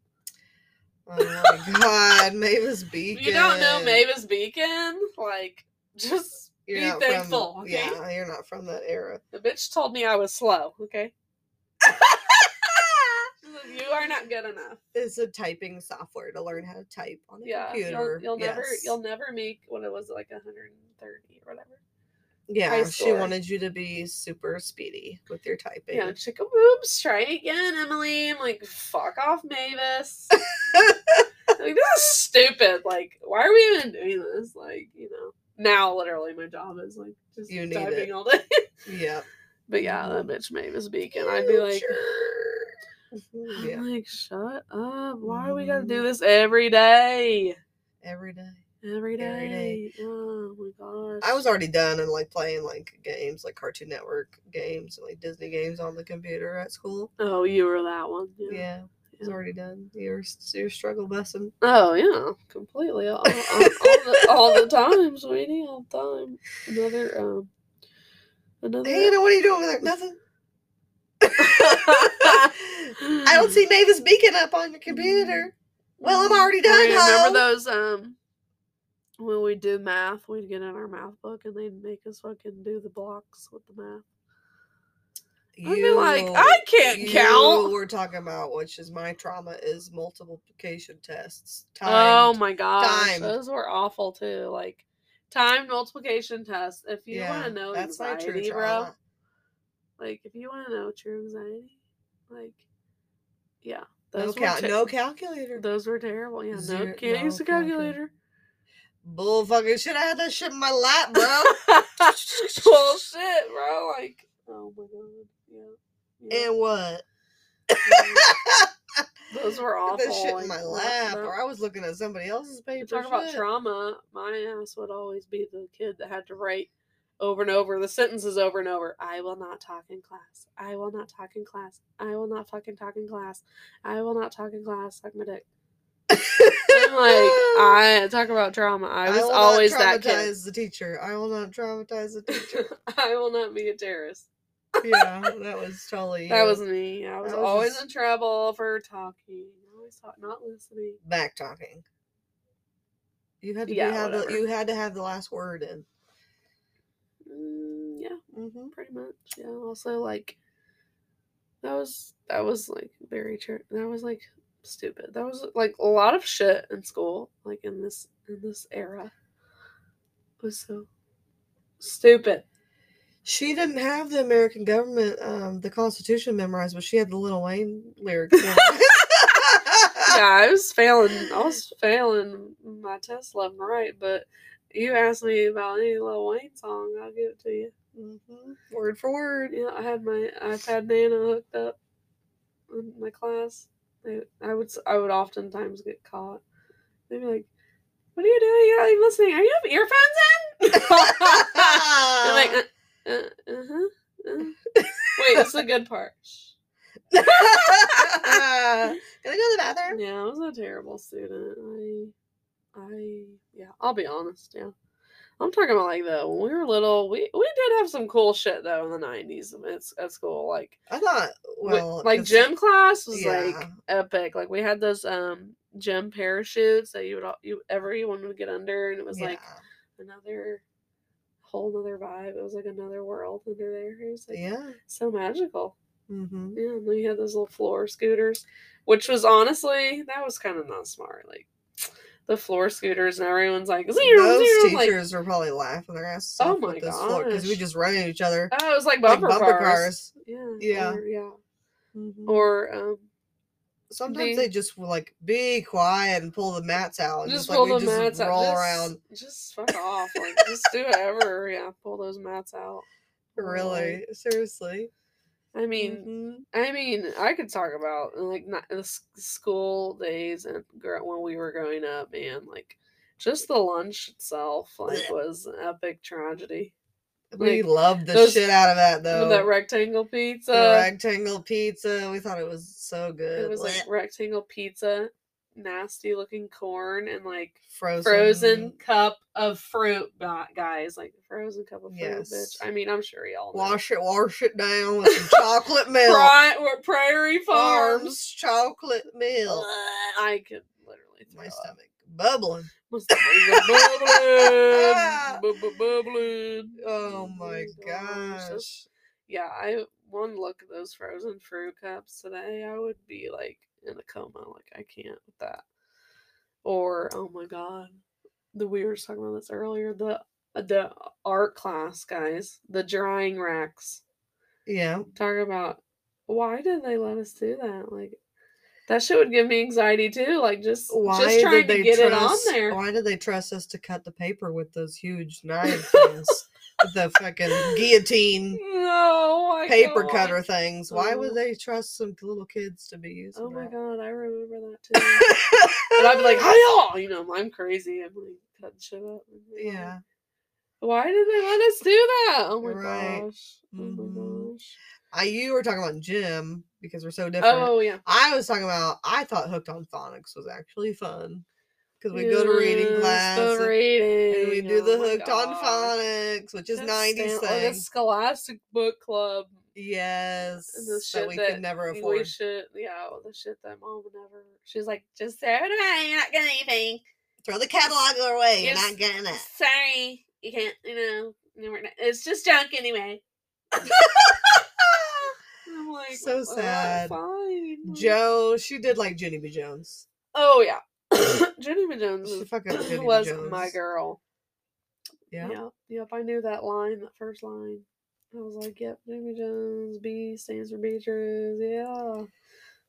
S2: Oh my god, Mavis Beacon.
S1: You don't know Mavis Beacon? Like, just
S2: You're
S1: be
S2: not
S1: thankful,
S2: From,
S1: okay?
S2: Yeah, you're not from that era.
S1: the bitch told me I was slow. Okay, She said, you are not good enough.
S2: It's a typing software to learn how to type on a
S1: Yeah,
S2: computer.
S1: you'll, you'll never
S2: Yes.
S1: you'll never make what it was like 130 or whatever.
S2: yeah, she
S1: score.
S2: wanted you to be super speedy with your typing.
S1: Yeah, chicka boobs. Try it again, Emily. I'm like, fuck off, Mavis. like, this is stupid. Like, why are we even doing this? Like, you know, now literally my job is like just
S2: You need
S1: typing
S2: it.
S1: all day.
S2: Yep.
S1: but yeah, that bitch Mavis Beacon. I'd be like,
S2: Future.
S1: I'm
S2: yeah, Mm-hmm.
S1: like, shut up. Why do we gotta do this every day?
S2: every day.
S1: Every day.
S2: Every day.
S1: Oh my gosh.
S2: I was already done and like playing like games, like Cartoon Network games and like Disney games on the computer at school.
S1: Oh, you were that one.
S2: Yeah, I was
S1: Yeah.
S2: already done. You're you're struggle busting.
S1: Oh yeah, completely. All, all, all, the, all the time, sweetie, all the time. Another um, another.
S2: Hey, Hannah, what are you doing over there? Nothing. I don't see Mavis Beacon up on your computer. Well, I'm already done.
S1: I
S2: ho.
S1: remember those um, when we do math, we'd get in our math book and they'd make us fucking do the blocks with the math. I'd be like, Mm. I can't
S2: you
S1: count.
S2: We're talking about which is my trauma is multiplication tests.
S1: Oh
S2: Timed.
S1: my gosh,
S2: Timed.
S1: those were awful too. Like timed multiplication tests. If you want to know anxiety, bro, like if you want to know true anxiety, Like, yeah,
S2: No,
S1: those were
S2: cal-
S1: ter-
S2: no calculator.
S1: those were terrible. Yeah, no,
S2: Zero-
S1: can't
S2: no
S1: use a
S2: calculator.
S1: calculator.
S2: Bullfucking shit! I had that shit in my lap, bro.
S1: well, shit, bro. Like, oh my god, yeah. yeah.
S2: and what?
S1: those were
S2: Put
S1: awful.
S2: that shit in
S1: like,
S2: my
S1: no-
S2: lap,
S1: no-
S2: or I was looking at somebody else's
S1: You
S2: paper.
S1: talk about
S2: shit.
S1: trauma. My ass would always be the kid that had to write over and over the sentences over and over. I will not talk in class. I will not talk in class. I will not fucking talk in class. I will not talk in class. Suck my dick. I'm like, I talk about trauma. I was
S2: will not
S1: always that kid.
S2: traumatize the teacher. I will not traumatize the teacher.
S1: I will not be a terrorist.
S2: yeah, that was totally.
S1: That
S2: you.
S1: was me. I was,
S2: That was
S1: always
S2: just-
S1: in trouble for talking. Always talk, not listening.
S2: back talking. You had to
S1: Yeah,
S2: be, have the,
S1: whatever.
S2: you had to have the last word in.
S1: Mm, yeah.
S2: Mm-hmm.
S1: pretty much yeah also like that was that was like very true that was like stupid that was like a lot of shit in school like in this in this era was so stupid
S2: She didn't have the American government, um, the Constitution memorized, but she had the Little Wayne lyrics. memorized. Ah!
S1: yeah i was failing i was failing my test left and right but you asked me about any Lil Wayne song, I'll give it to you.
S2: Mhm. Word for word.
S1: Yeah, I had my iPad Nano hooked up in my class. I, I would s- I would oftentimes get caught. They'd be like, "What are you doing? You're not even listening. Are you have earphones in?" They're like, uh, uh, uh-huh, uh." "Wait, this is the good part." Shh.
S2: Can I go to the bathroom?
S1: Yeah, I was a terrible student. I, I, yeah, I'll be honest. Yeah, I'm talking about like though when we were little, we we did have some cool shit though in the '90s at, at school, like.
S2: I thought,
S1: Wi-
S2: well,
S1: like
S2: 'cause-
S1: gym class was like
S2: yeah.
S1: epic. Like we had those um gym parachutes that you would all, you everyone would get under, and it was like
S2: yeah.
S1: another whole another vibe. It was like another world under there. It was like
S2: yeah.
S1: so magical.
S2: Mm-hmm.
S1: Yeah, and then you had those little floor scooters, which was honestly that was kind of not smart. Like the floor scooters, and everyone's like zero
S2: Those
S1: zero. Like
S2: teachers were probably laughing their asses
S1: Oh
S2: off
S1: my
S2: with this floor because we
S1: gosh.
S2: just ran at each other.
S1: oh, it was like
S2: like
S1: bumper, cars. Yeah,
S2: Yeah.
S1: or- yeah.
S2: Mhm.
S1: Or um,
S2: sometimes
S1: the-
S2: they just will like be quiet and pull the mats out and
S1: just
S2: just,
S1: pull
S2: like we
S1: the
S2: just
S1: mats
S2: roll
S1: out.
S2: around.
S1: Just, just fuck off. Like just do whatever. Yeah, pull those mats out.
S2: Really, seriously.
S1: I mean,
S2: Mhm.
S1: I mean, I could talk about like not the s- school days and gr- when we were growing up, man. Like just the lunch itself, like
S2: Blech.
S1: was an epic tragedy.
S2: we
S1: like,
S2: loved the
S1: those-
S2: shit out of that
S1: With
S2: though.
S1: that rectangle pizza,
S2: The rectangle pizza. We thought it was so good.
S1: it was like
S2: Blech.
S1: rectangle pizza, nasty looking corn, and like
S2: frozen.
S1: frozen cup of fruit, gu- guys. Like frozen cup of fruit,
S2: Yes.
S1: bitch. I mean, I'm sure y'all know.
S2: Wash it, wash it down with some chocolate milk.
S1: Pri- or Prairie Farms.
S2: Farms chocolate milk.
S1: I could literally throw
S2: My
S1: up.
S2: stomach bubbling.
S1: My stomach is bubbling, bu- bu- bubbling.
S2: Oh my
S1: Those
S2: gosh.
S1: dollars. Yeah, I one look at those frozen fruit cups today, I would be like in a coma. Like I can't with that. Or oh my god, the we were just talking about this earlier. The uh, the art class guys, the drying racks.
S2: Yeah.
S1: talk about why did they let us do that? Like that shit would give me anxiety too. Like just
S2: Why
S1: just trying
S2: did they
S1: to get it on
S2: trust,
S1: there.
S2: Why did they trust us to cut the paper with those huge knife things? With the fucking guillotine
S1: No, I
S2: paper
S1: don't.
S2: cutter things. Why would
S1: Oh.
S2: they trust some little kids to be using
S1: Oh my
S2: that?
S1: god, I remember that too. and I'd be like, hi y'all, you know, I'm crazy. I'm like cutting shit up. And they're like,
S2: yeah.
S1: Why did they let us do that? Oh my
S2: Right.
S1: gosh. Oh my
S2: Mhm.
S1: gosh.
S2: I, you were talking about gym because we're so different.
S1: Oh yeah.
S2: I was talking about. I thought hooked on phonics was actually fun because we go to reading
S1: Yes,
S2: class
S1: The
S2: and,
S1: reading.
S2: and we do
S1: oh
S2: the
S1: my
S2: hooked on
S1: gosh. oh,
S2: phonics, which is
S1: That
S2: nineties
S1: Stan- like a
S2: thing.
S1: Scholastic Book Club.
S2: Yes,
S1: and the
S2: that
S1: shit
S2: we
S1: that
S2: could never
S1: we
S2: afford.
S1: should, yeah, the shit that mom would never. She's like, just throw it away. You're not getting anything.
S2: Throw the catalog away. You're
S1: Yes.
S2: not getting it.
S1: Sorry, you can't. You know, you weren't- it's just junk anyway. I'm like,
S2: So
S1: "Well,
S2: sad.
S1: Fine. like-
S2: Joe, she did like Jenny B. Jones.
S1: Oh yeah, Jenny B. Jones
S2: She
S1: is-
S2: fucking Jenny B.
S1: was
S2: Jones.
S1: my girl.
S2: Yeah.
S1: Yep. Yep. I knew that line, that first line. I was like, yep, Jimmy Jones, B stands for Beatrice. Yeah.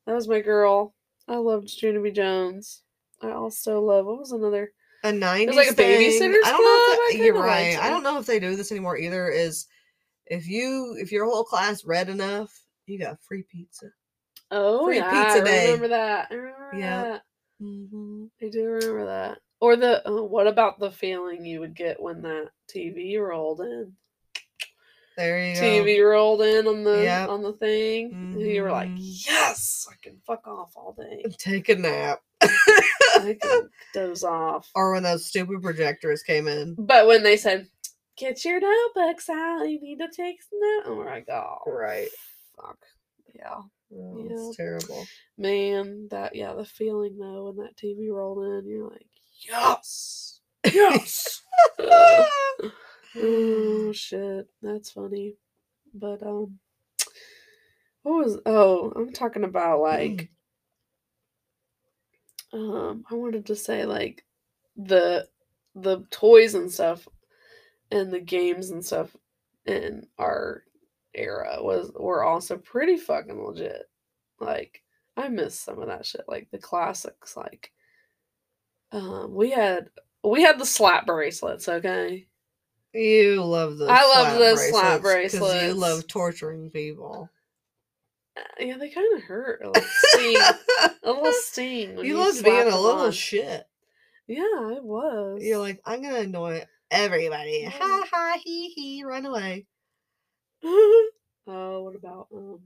S1: That was my girl. I loved Juno B. Jones. I also love what was another
S2: A nineties
S1: like a
S2: thing.
S1: babysitter's
S2: I don't know.
S1: club, I
S2: If that, you're
S1: kinda
S2: right.
S1: liked
S2: I
S1: it.
S2: don't know if they do this anymore either. Is if you if your whole class read enough, you got free pizza.
S1: Oh
S2: Free
S1: yeah,
S2: pizza
S1: I
S2: day.
S1: remember that. I remember
S2: Yeah.
S1: that.
S2: Mm-hmm.
S1: I do remember that. Or the oh, what about the feeling you would get when that TV rolled in?
S2: There you go.
S1: TV rolled in on the
S2: Yep.
S1: on the thing. and you were like,
S2: Mhm.
S1: yes, I can fuck off all day.
S2: Take a nap.
S1: I can doze off.
S2: or when those stupid projectors came in.
S1: But when they said, "Get your notebooks out. You need to take notes." Oh my god.
S2: Right.
S1: Fuck. Yeah.
S2: Oh,
S1: Yep.
S2: It's terrible.
S1: Man, that yeah, the feeling though when that TV rolled in, you're like, yes, yes. Uh, oh shit, that's funny. But um, what was? Oh, I'm talking about like um i wanted to say like the the toys and stuff and the games and stuff in our era was were also pretty fucking legit like i miss some of that shit like the classics like um we had we had the slap bracelets okay
S2: You love those.
S1: I love those slap
S2: slap bracelets 'cause You
S1: bracelets.
S2: love torturing people.
S1: Uh, yeah they kind of hurt a little sting a little sting when
S2: you love
S1: slap
S2: being a
S1: them
S2: little
S1: on.
S2: shit.
S1: yeah i was
S2: You're like, I'm gonna annoy everybody.
S1: Yeah.
S2: Ha ha he he, run away.
S1: Oh, what about um,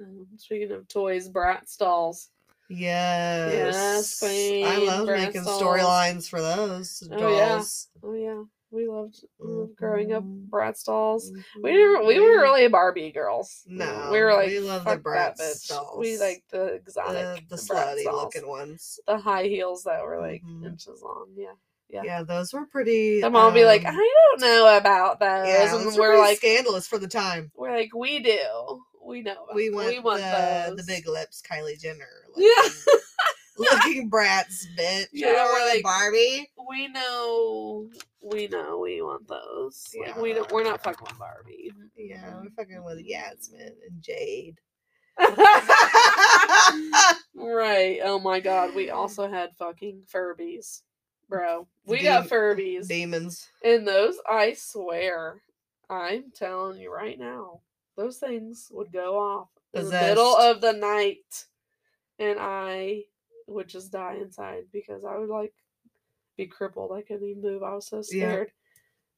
S1: um speaking of toys, Bratz dolls.
S2: Yes, I
S1: queen,
S2: love making
S1: Bristles.
S2: storylines for those
S1: Oh, yeah.
S2: dolls.
S1: Oh yeah, we loved, we loved growing up
S2: Mhm.
S1: Bratz dolls. We never, we were
S2: Mhm.
S1: really Barbie girls. you know, we were
S2: No,
S1: like
S2: we love the
S1: "Fuck that
S2: Bratz
S1: bitch." We
S2: dolls.
S1: like the
S2: the,
S1: exotic,
S2: the
S1: Bratz
S2: slutty
S1: dolls.
S2: looking ones.
S1: the high heels that were like
S2: Mhm.
S1: inches long. Yeah, Yeah.
S2: Yeah. those were pretty.
S1: the mom would be like, I
S2: um,
S1: don't know about those,
S2: yeah, those
S1: and
S2: were
S1: we're
S2: pretty
S1: like,
S2: scandalous for the time.
S1: we're like, we do, we know, about
S2: We
S1: them.
S2: want,
S1: we want
S2: the, the
S1: those."
S2: big lips, Kylie Jenner.
S1: Yeah.
S2: looking brats, bitch.
S1: Yeah,
S2: you know,
S1: we're
S2: we're
S1: like-
S2: like Barbie.
S1: we know we know we want those. Like we don't
S2: Yeah.
S1: we're not fucking with Barbie.
S2: Yeah,
S1: "Mm-hmm."
S2: we're fucking with Yasmin and Jade.
S1: right. Oh my god, we also had fucking Furbies. Bro. We got
S2: Dem-
S1: Furbies.
S2: Demons.
S1: and those I swear, I'm telling you right now, those things would go off in the middle
S2: Possessed.
S1: of the night. And I would just die inside because I would like be crippled. I couldn't even move. I was so
S2: Yeah.
S1: scared.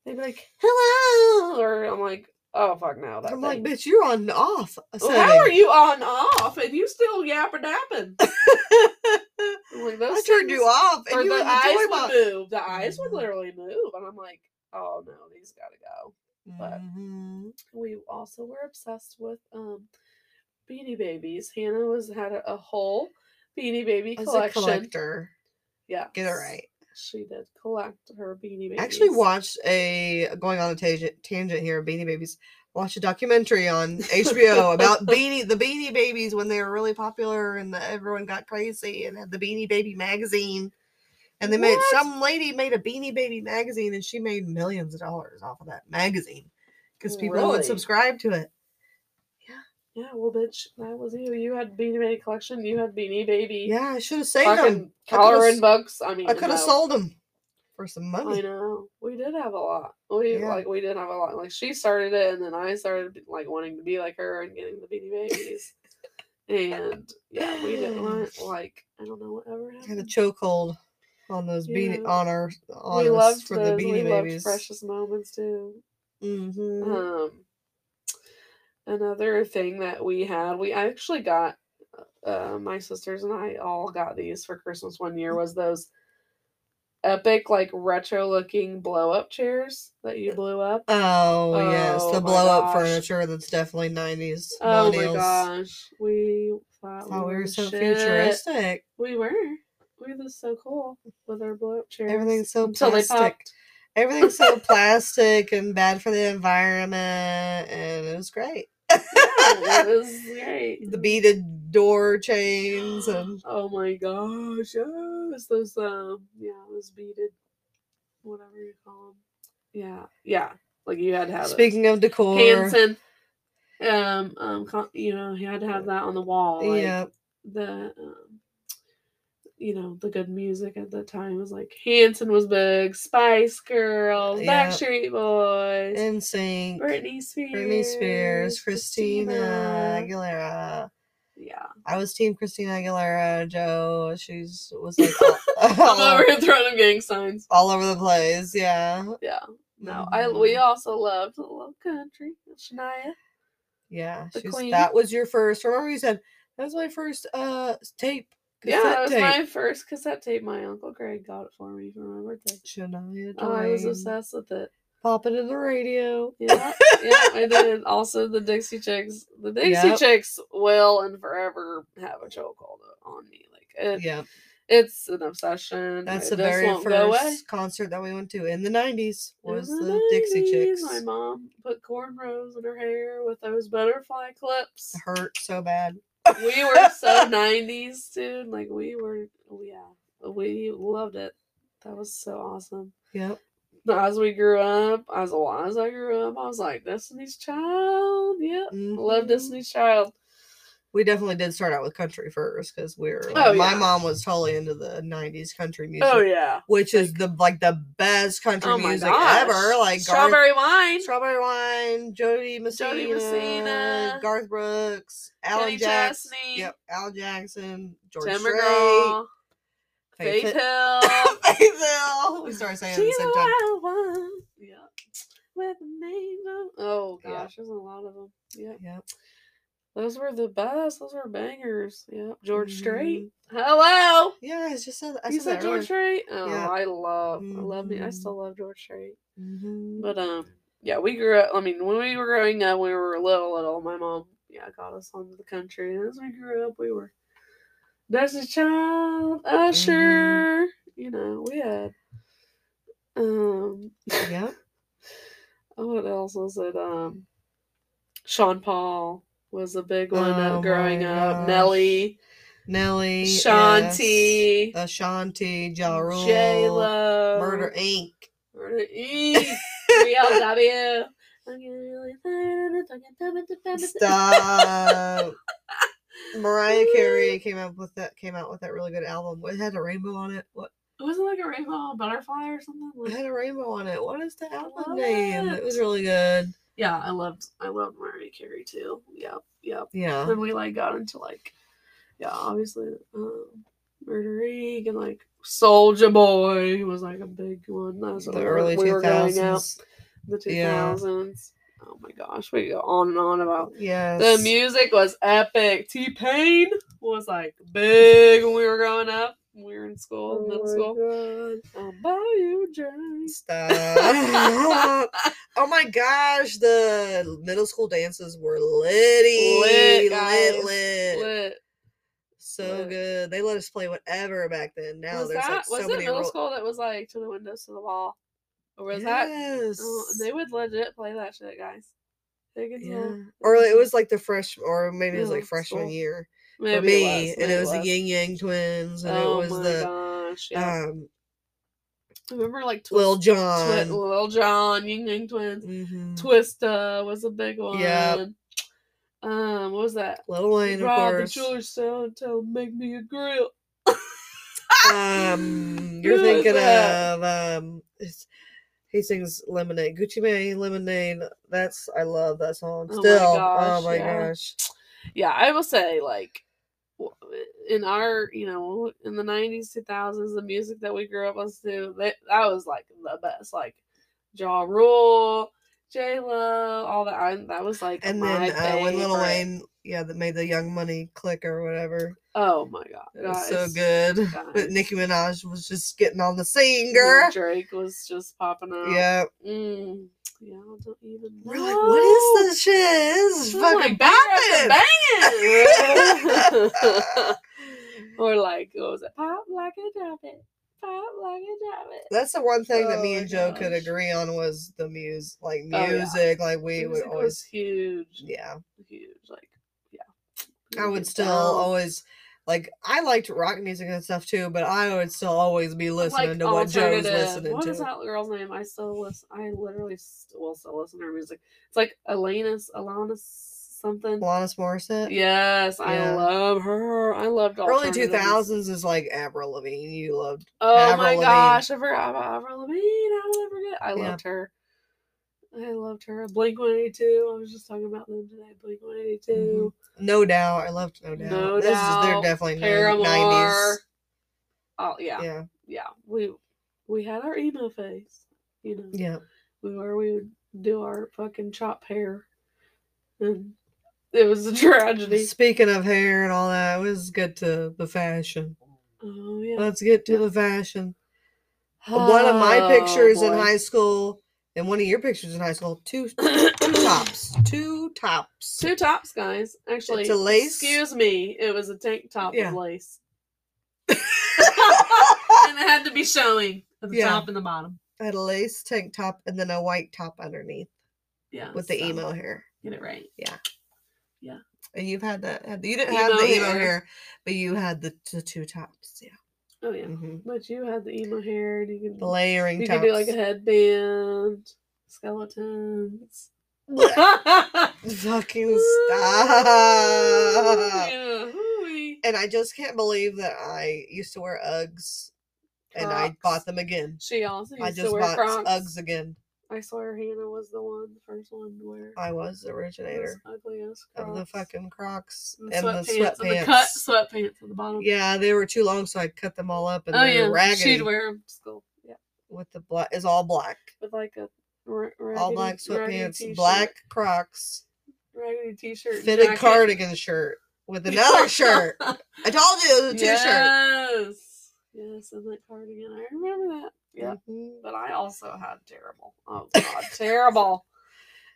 S1: They'd be like, hello. Or I'm like, oh, fuck no. That
S2: I'm like,
S1: thing."
S2: bitch, you're on and off.
S1: Well, how are
S2: setting.
S1: you on off and you still yapper dapping? I'm like,
S2: I
S1: "Those
S2: turned you
S1: things-
S2: off, and
S1: Or
S2: you were
S1: the
S2: in the
S1: eyes
S2: toy
S1: would
S2: box.
S1: move. The eyes would
S2: Mhm.
S1: literally move. And I'm like, oh no, these gotta go. but-
S2: Mhm.
S1: we also were obsessed with um beanie babies hannah was had a, a whole beanie baby
S2: As a
S1: collection
S2: collector,
S1: yeah
S2: get it right.
S1: she did collect her beanie babies
S2: actually watched a going on a tangent tangent here beanie babies watched a documentary on hbo about beanie the beanie babies when they were really popular and the, everyone got crazy and had the beanie baby magazine and they made
S1: What?
S2: some lady made a beanie baby magazine and she made millions of dollars off of that magazine because people
S1: Really?
S2: would subscribe to it
S1: yeah well bitch that was you you had beanie baby collection you had beanie baby
S2: yeah i should have saved them
S1: fucking coloring books i mean
S2: i could have
S1: no.
S2: sold them for some
S1: I
S2: money
S1: know. We did have a lot. We
S2: Yeah.
S1: like we did have a lot. Like she started it and then I started like wanting to be like her and getting the beanie babies. and yeah, we did not like I don't know whatever
S2: I had a
S1: happened.
S2: chokehold on those beanie
S1: Yeah.
S2: on our on
S1: we
S2: us
S1: loved
S2: for
S1: those.
S2: the
S1: we
S2: beanie babies
S1: loved precious moments too.
S2: Mm-hmm.
S1: Um, another thing that we had, we actually got uh, my sisters and I all got these for Christmas one year was those epic like retro looking blow up chairs that you blew up.
S2: oh, yes,
S1: Oh
S2: the
S1: my
S2: blow up
S1: gosh.
S2: furniture that's definitely nineties.
S1: Oh my gosh, we thought
S2: Oh, we were
S1: the
S2: so
S1: shit.
S2: futuristic.
S1: We were. We were so cool with our blow up chairs.
S2: Everything's so
S1: until they
S2: plastic.
S1: popped.
S2: Everything's so plastic and bad for the environment, and it was great.
S1: Yeah, it was great.
S2: The beaded door chains and
S1: Oh my gosh! Yes, those um, yeah, those beaded, whatever you call them. Yeah, yeah. Like you had to have those.
S2: speaking of decor,
S1: Hanson, um, um, con- you know, he had to have that on the wall. like,
S2: yeah.
S1: the um, you know the good music at that time was like Hanson was big, Spice Girls,
S2: Yeah.
S1: Backstreet Boys,
S2: In sync.
S1: Britney Spears,
S2: Britney Spears, Christina Aguilera.
S1: Yeah,
S2: I was Team Christina Aguilera. Joe, she's was like
S1: I'm
S2: all,
S1: over here throwing them gang signs.
S2: all over the place. Yeah.
S1: Yeah, no, I we also loved Love Country, Shania.
S2: Yeah,
S1: The
S2: she's,
S1: Queen.
S2: that was your first. Remember you said that was my first uh tape.
S1: Yeah, that was
S2: cassette tape.
S1: my first cassette tape. My uncle Greg got it for me for my birthday.
S2: Shania
S1: Oh, I was
S2: Twain.
S1: obsessed with it.
S2: Pop it in the radio.
S1: Yeah, yeah, I did. Also, the Dixie Chicks, the Dixie
S2: Yep.
S1: Chicks will and forever have a chokehold on me. Like it,
S2: Yeah,
S1: it's an obsession.
S2: that's
S1: it
S2: the
S1: just
S2: very
S1: won't go away.
S2: first concert that we went to in the '90s
S1: In
S2: was the, Dixie
S1: 90s,
S2: Chicks.
S1: My mom put cornrows in her hair with those butterfly clips.
S2: It hurt so bad.
S1: We were so '90s, dude. Like we were, yeah, we loved it. That was so awesome.
S2: Yep.
S1: But as we grew up, as well as I grew up, I was like, Destiny's Child. Yep, love
S2: mhm.
S1: Destiny's Child.
S2: We definitely did start out with country first because we were.
S1: Oh,
S2: my
S1: yeah.
S2: mom was totally into the '90s country music,
S1: Oh yeah.
S2: which is the like the best country
S1: Oh my
S2: music
S1: gosh.
S2: ever. Like Garth
S1: strawberry wine.
S2: Strawberry Wine, Jody Messina,
S1: Messina,
S2: Garth Brooks, Alan
S1: Kenny
S2: Jackson,
S1: Chesney,
S2: yep, Al Jackson, George
S1: Tim
S2: Strait,
S1: McGraw,
S2: Faith
S1: Faith
S2: Hill.
S1: Hill.
S2: Faith Hill. We started saying it at the
S1: She's
S2: same
S1: a
S2: time.
S1: wild one. Yeah. With an angel. Oh
S2: Yeah.
S1: gosh, there's a lot of them. Yep.
S2: Yep.
S1: Those were the best. Those were bangers. Yep. George
S2: Mhm.
S1: Strait. Hello.
S2: Yeah, I just said I
S1: you said
S2: said that earlier.
S1: George Strait? Oh,
S2: Yeah.
S1: I love, I love me. I
S2: Mhm.
S1: still love George Strait.
S2: Mhm.
S1: But um, yeah, we grew up. I mean, when we were growing up, we were little, little. My mom, yeah, got us onto the country. And as we grew up, we were Destiny's Child,
S2: Mm-hmm.
S1: Usher. You know, we had um,
S2: Yep.
S1: oh, what else was it? Um, Sean Paul was a big one uh,
S2: Oh
S1: growing
S2: my
S1: up.
S2: gosh.
S1: Nelly,
S2: Nelly,
S1: Shanti,
S2: yes, Ashanti, Ja Rule,
S1: J Lo,
S2: Murder Inc.
S1: Murder E. BLW. I'm getting really tired of talking about the feminist-
S2: Stop. Mariah Carey came up with that came out with that really good album. It had a rainbow on it. What
S1: Was it like a rainbow butterfly or something?
S2: It
S1: Like,
S2: had a rainbow on it. What is the album
S1: What?
S2: name? It was really good.
S1: yeah, I loved I loved Mariah Carey too. Yep, yep.
S2: Yeah.
S1: Then we like got into like, yeah, obviously, um, Murder Inc. and like Soldier Boy was like a big one. That's what
S2: The
S1: we
S2: early
S1: were, we
S2: two
S1: were going out.
S2: thousands.
S1: The two
S2: Yeah.
S1: thousands. Oh my gosh, we go on and on about
S2: Yes.
S1: The music was epic. T Pain was like big when we were growing up. When we were in school,
S2: Oh
S1: middle
S2: my
S1: school.
S2: God.
S1: Um, Bayou James.
S2: Stop. oh my gosh, the middle school dances were litty.
S1: Lit,
S2: lit,
S1: guys.
S2: lit.
S1: Lit.
S2: So
S1: Lit.
S2: good. They let us play whatever back then. Now
S1: was
S2: there's
S1: that
S2: like so
S1: was it
S2: many
S1: middle
S2: ro-
S1: school that was like to the windows to the wall, or was that?
S2: yes.
S1: Oh, they would legit play that shit, guys. Higginsville,
S2: yeah. Or it
S1: Higginsville.
S2: was like the fresh, or maybe it was like
S1: Yeah,
S2: freshman
S1: Mm-hmm. school.
S2: year
S1: Maybe
S2: for me,
S1: was,
S2: and
S1: maybe
S2: it was,
S1: was.
S2: the Yin Yang Twins, and
S1: oh
S2: it was
S1: my
S2: the
S1: gosh! Yeah,
S2: um,
S1: I remember like Twist,
S2: Lil John.
S1: Twi- Lil John, Ying Yang Twins.
S2: Mhm.
S1: Twista was a big one.
S2: Yep.
S1: Um, what was that?
S2: Lil Wayne, of
S1: Rob the
S2: course.
S1: jeweler sound tell him make me a grill.
S2: Um, you're
S1: Who is
S2: thinking
S1: that?
S2: of um, it's, he sings Lemonade, Gucci Mane, Lemonade. That's I love that song.
S1: Oh my
S2: Still, oh
S1: gosh,
S2: my
S1: yeah.
S2: gosh,
S1: Yeah, I will say like w- in our you know in the 90s 2000s the music that we grew up listening to that, that was like the best like jaw rule j lo all that I, that was like
S2: and
S1: my
S2: then uh, when Lil
S1: favorite.
S2: Wayne, yeah, that made the Young Money click or whatever.
S1: oh my god
S2: It was so
S1: guys.
S2: good. But
S1: guys.
S2: Nicki Minaj was just getting on the scene, girl.
S1: Lil drake was just popping out
S2: Yeah,
S1: Mm. Yeah, I don't even know.
S2: we're like, what is this shit? This is
S1: This is
S2: fucking
S1: like banger
S2: poppin'.
S1: after banging. or like, what was it? Pop like a drop it. Pop like a drop it.
S2: That's the one thing that
S1: Oh
S2: me
S1: my
S2: and Joe could
S1: gosh.
S2: agree on was the muse, like
S1: Oh, yeah.
S2: music. Like we
S1: Music
S2: would
S1: was
S2: always,
S1: huge,
S2: yeah.
S1: huge. Like, yeah.
S2: I
S1: Music
S2: would
S1: is
S2: still
S1: dope.
S2: always like I liked rock music and stuff too, but I would still always be listening
S1: Like
S2: to what Joe's
S1: alternative-
S2: listening
S1: What
S2: to.
S1: is that girl's name? I still listen. I literally st- will still listen to her music. It's like Alanis, Alanis something.
S2: Alanis Morissette.
S1: Yes, I
S2: Yeah.
S1: love her. I loved all
S2: Early two thousands is like Avril Lavigne. You loved
S1: Oh
S2: Avril
S1: my
S2: Lavigne.
S1: gosh, I forgot about Avril Lavigne. I will never forget. I
S2: Yeah.
S1: loved her. I loved her. Blink One Eighty Two. I was just talking about them today. Blink One Eighty Two.
S2: No Doubt. I loved No Doubt.
S1: No
S2: This is they're
S1: Doubt,
S2: definitely
S1: Paramore.
S2: Mm-hmm. nineties.
S1: Oh yeah, yeah,
S2: Yeah,
S1: We we had our emo phase. You know,
S2: yeah.
S1: we were we would do our fucking chop hair, and it was a tragedy.
S2: Speaking of hair and all that, let's get to the fashion.
S1: Oh yeah. Oh,
S2: Let's get to the fashion. one of my pictures in high school and one of your pictures in high school, two two tops. Two tops.
S1: Two tops, guys. Actually,
S2: It's a lace.
S1: Excuse me. It was a tank top
S2: Yeah.
S1: with lace, and it had to be showing at the
S2: Yeah.
S1: top and the bottom.
S2: I had a lace tank top and then a white top underneath
S1: Yeah,
S2: with the
S1: so,
S2: emo hair.
S1: Get it right.
S2: And you've had that. had- You didn't
S1: Emo
S2: have the emo
S1: hair.
S2: hair. but you had the, the two tops. Yeah.
S1: Oh yeah.
S2: hmm
S1: But you had the emo hair, and you could
S2: The layering
S1: you
S2: tops.
S1: could do like a headband, skeletons.
S2: Fucking stop.
S1: Yeah, hooey.
S2: And I just can't believe that I used to wear Uggs and I
S1: Crocs.
S2: bought them again.
S1: She also used
S2: I
S1: to
S2: just
S1: wear
S2: bought
S1: Crocs.
S2: Uggs again.
S1: I swear Hannah was the one, the first one to wear
S2: I was the
S1: those
S2: originator
S1: ugly ass Crocs.
S2: of the fucking Crocs
S1: and
S2: and
S1: the sweatpants,
S2: the sweatpants.
S1: and the cut sweatpants at the bottom.
S2: Yeah, they were too long, so I cut them all up and
S1: oh
S2: they
S1: yeah,
S2: were raggedy.
S1: she'd wear them to school. Yeah,
S2: with the black is all black,
S1: with like a ra- raggedy,
S2: all black
S1: raggedy
S2: sweatpants,
S1: t-shirt-
S2: black Crocs,
S1: raggedy t-shirt, and
S2: fitted
S1: jacket.
S2: cardigan shirt with another shirt. I told you it was a t-shirt.
S1: Yes, yes, and that cardigan. I remember that. Yeah,
S2: Mhm.
S1: but I also had terrible. Oh god, terrible.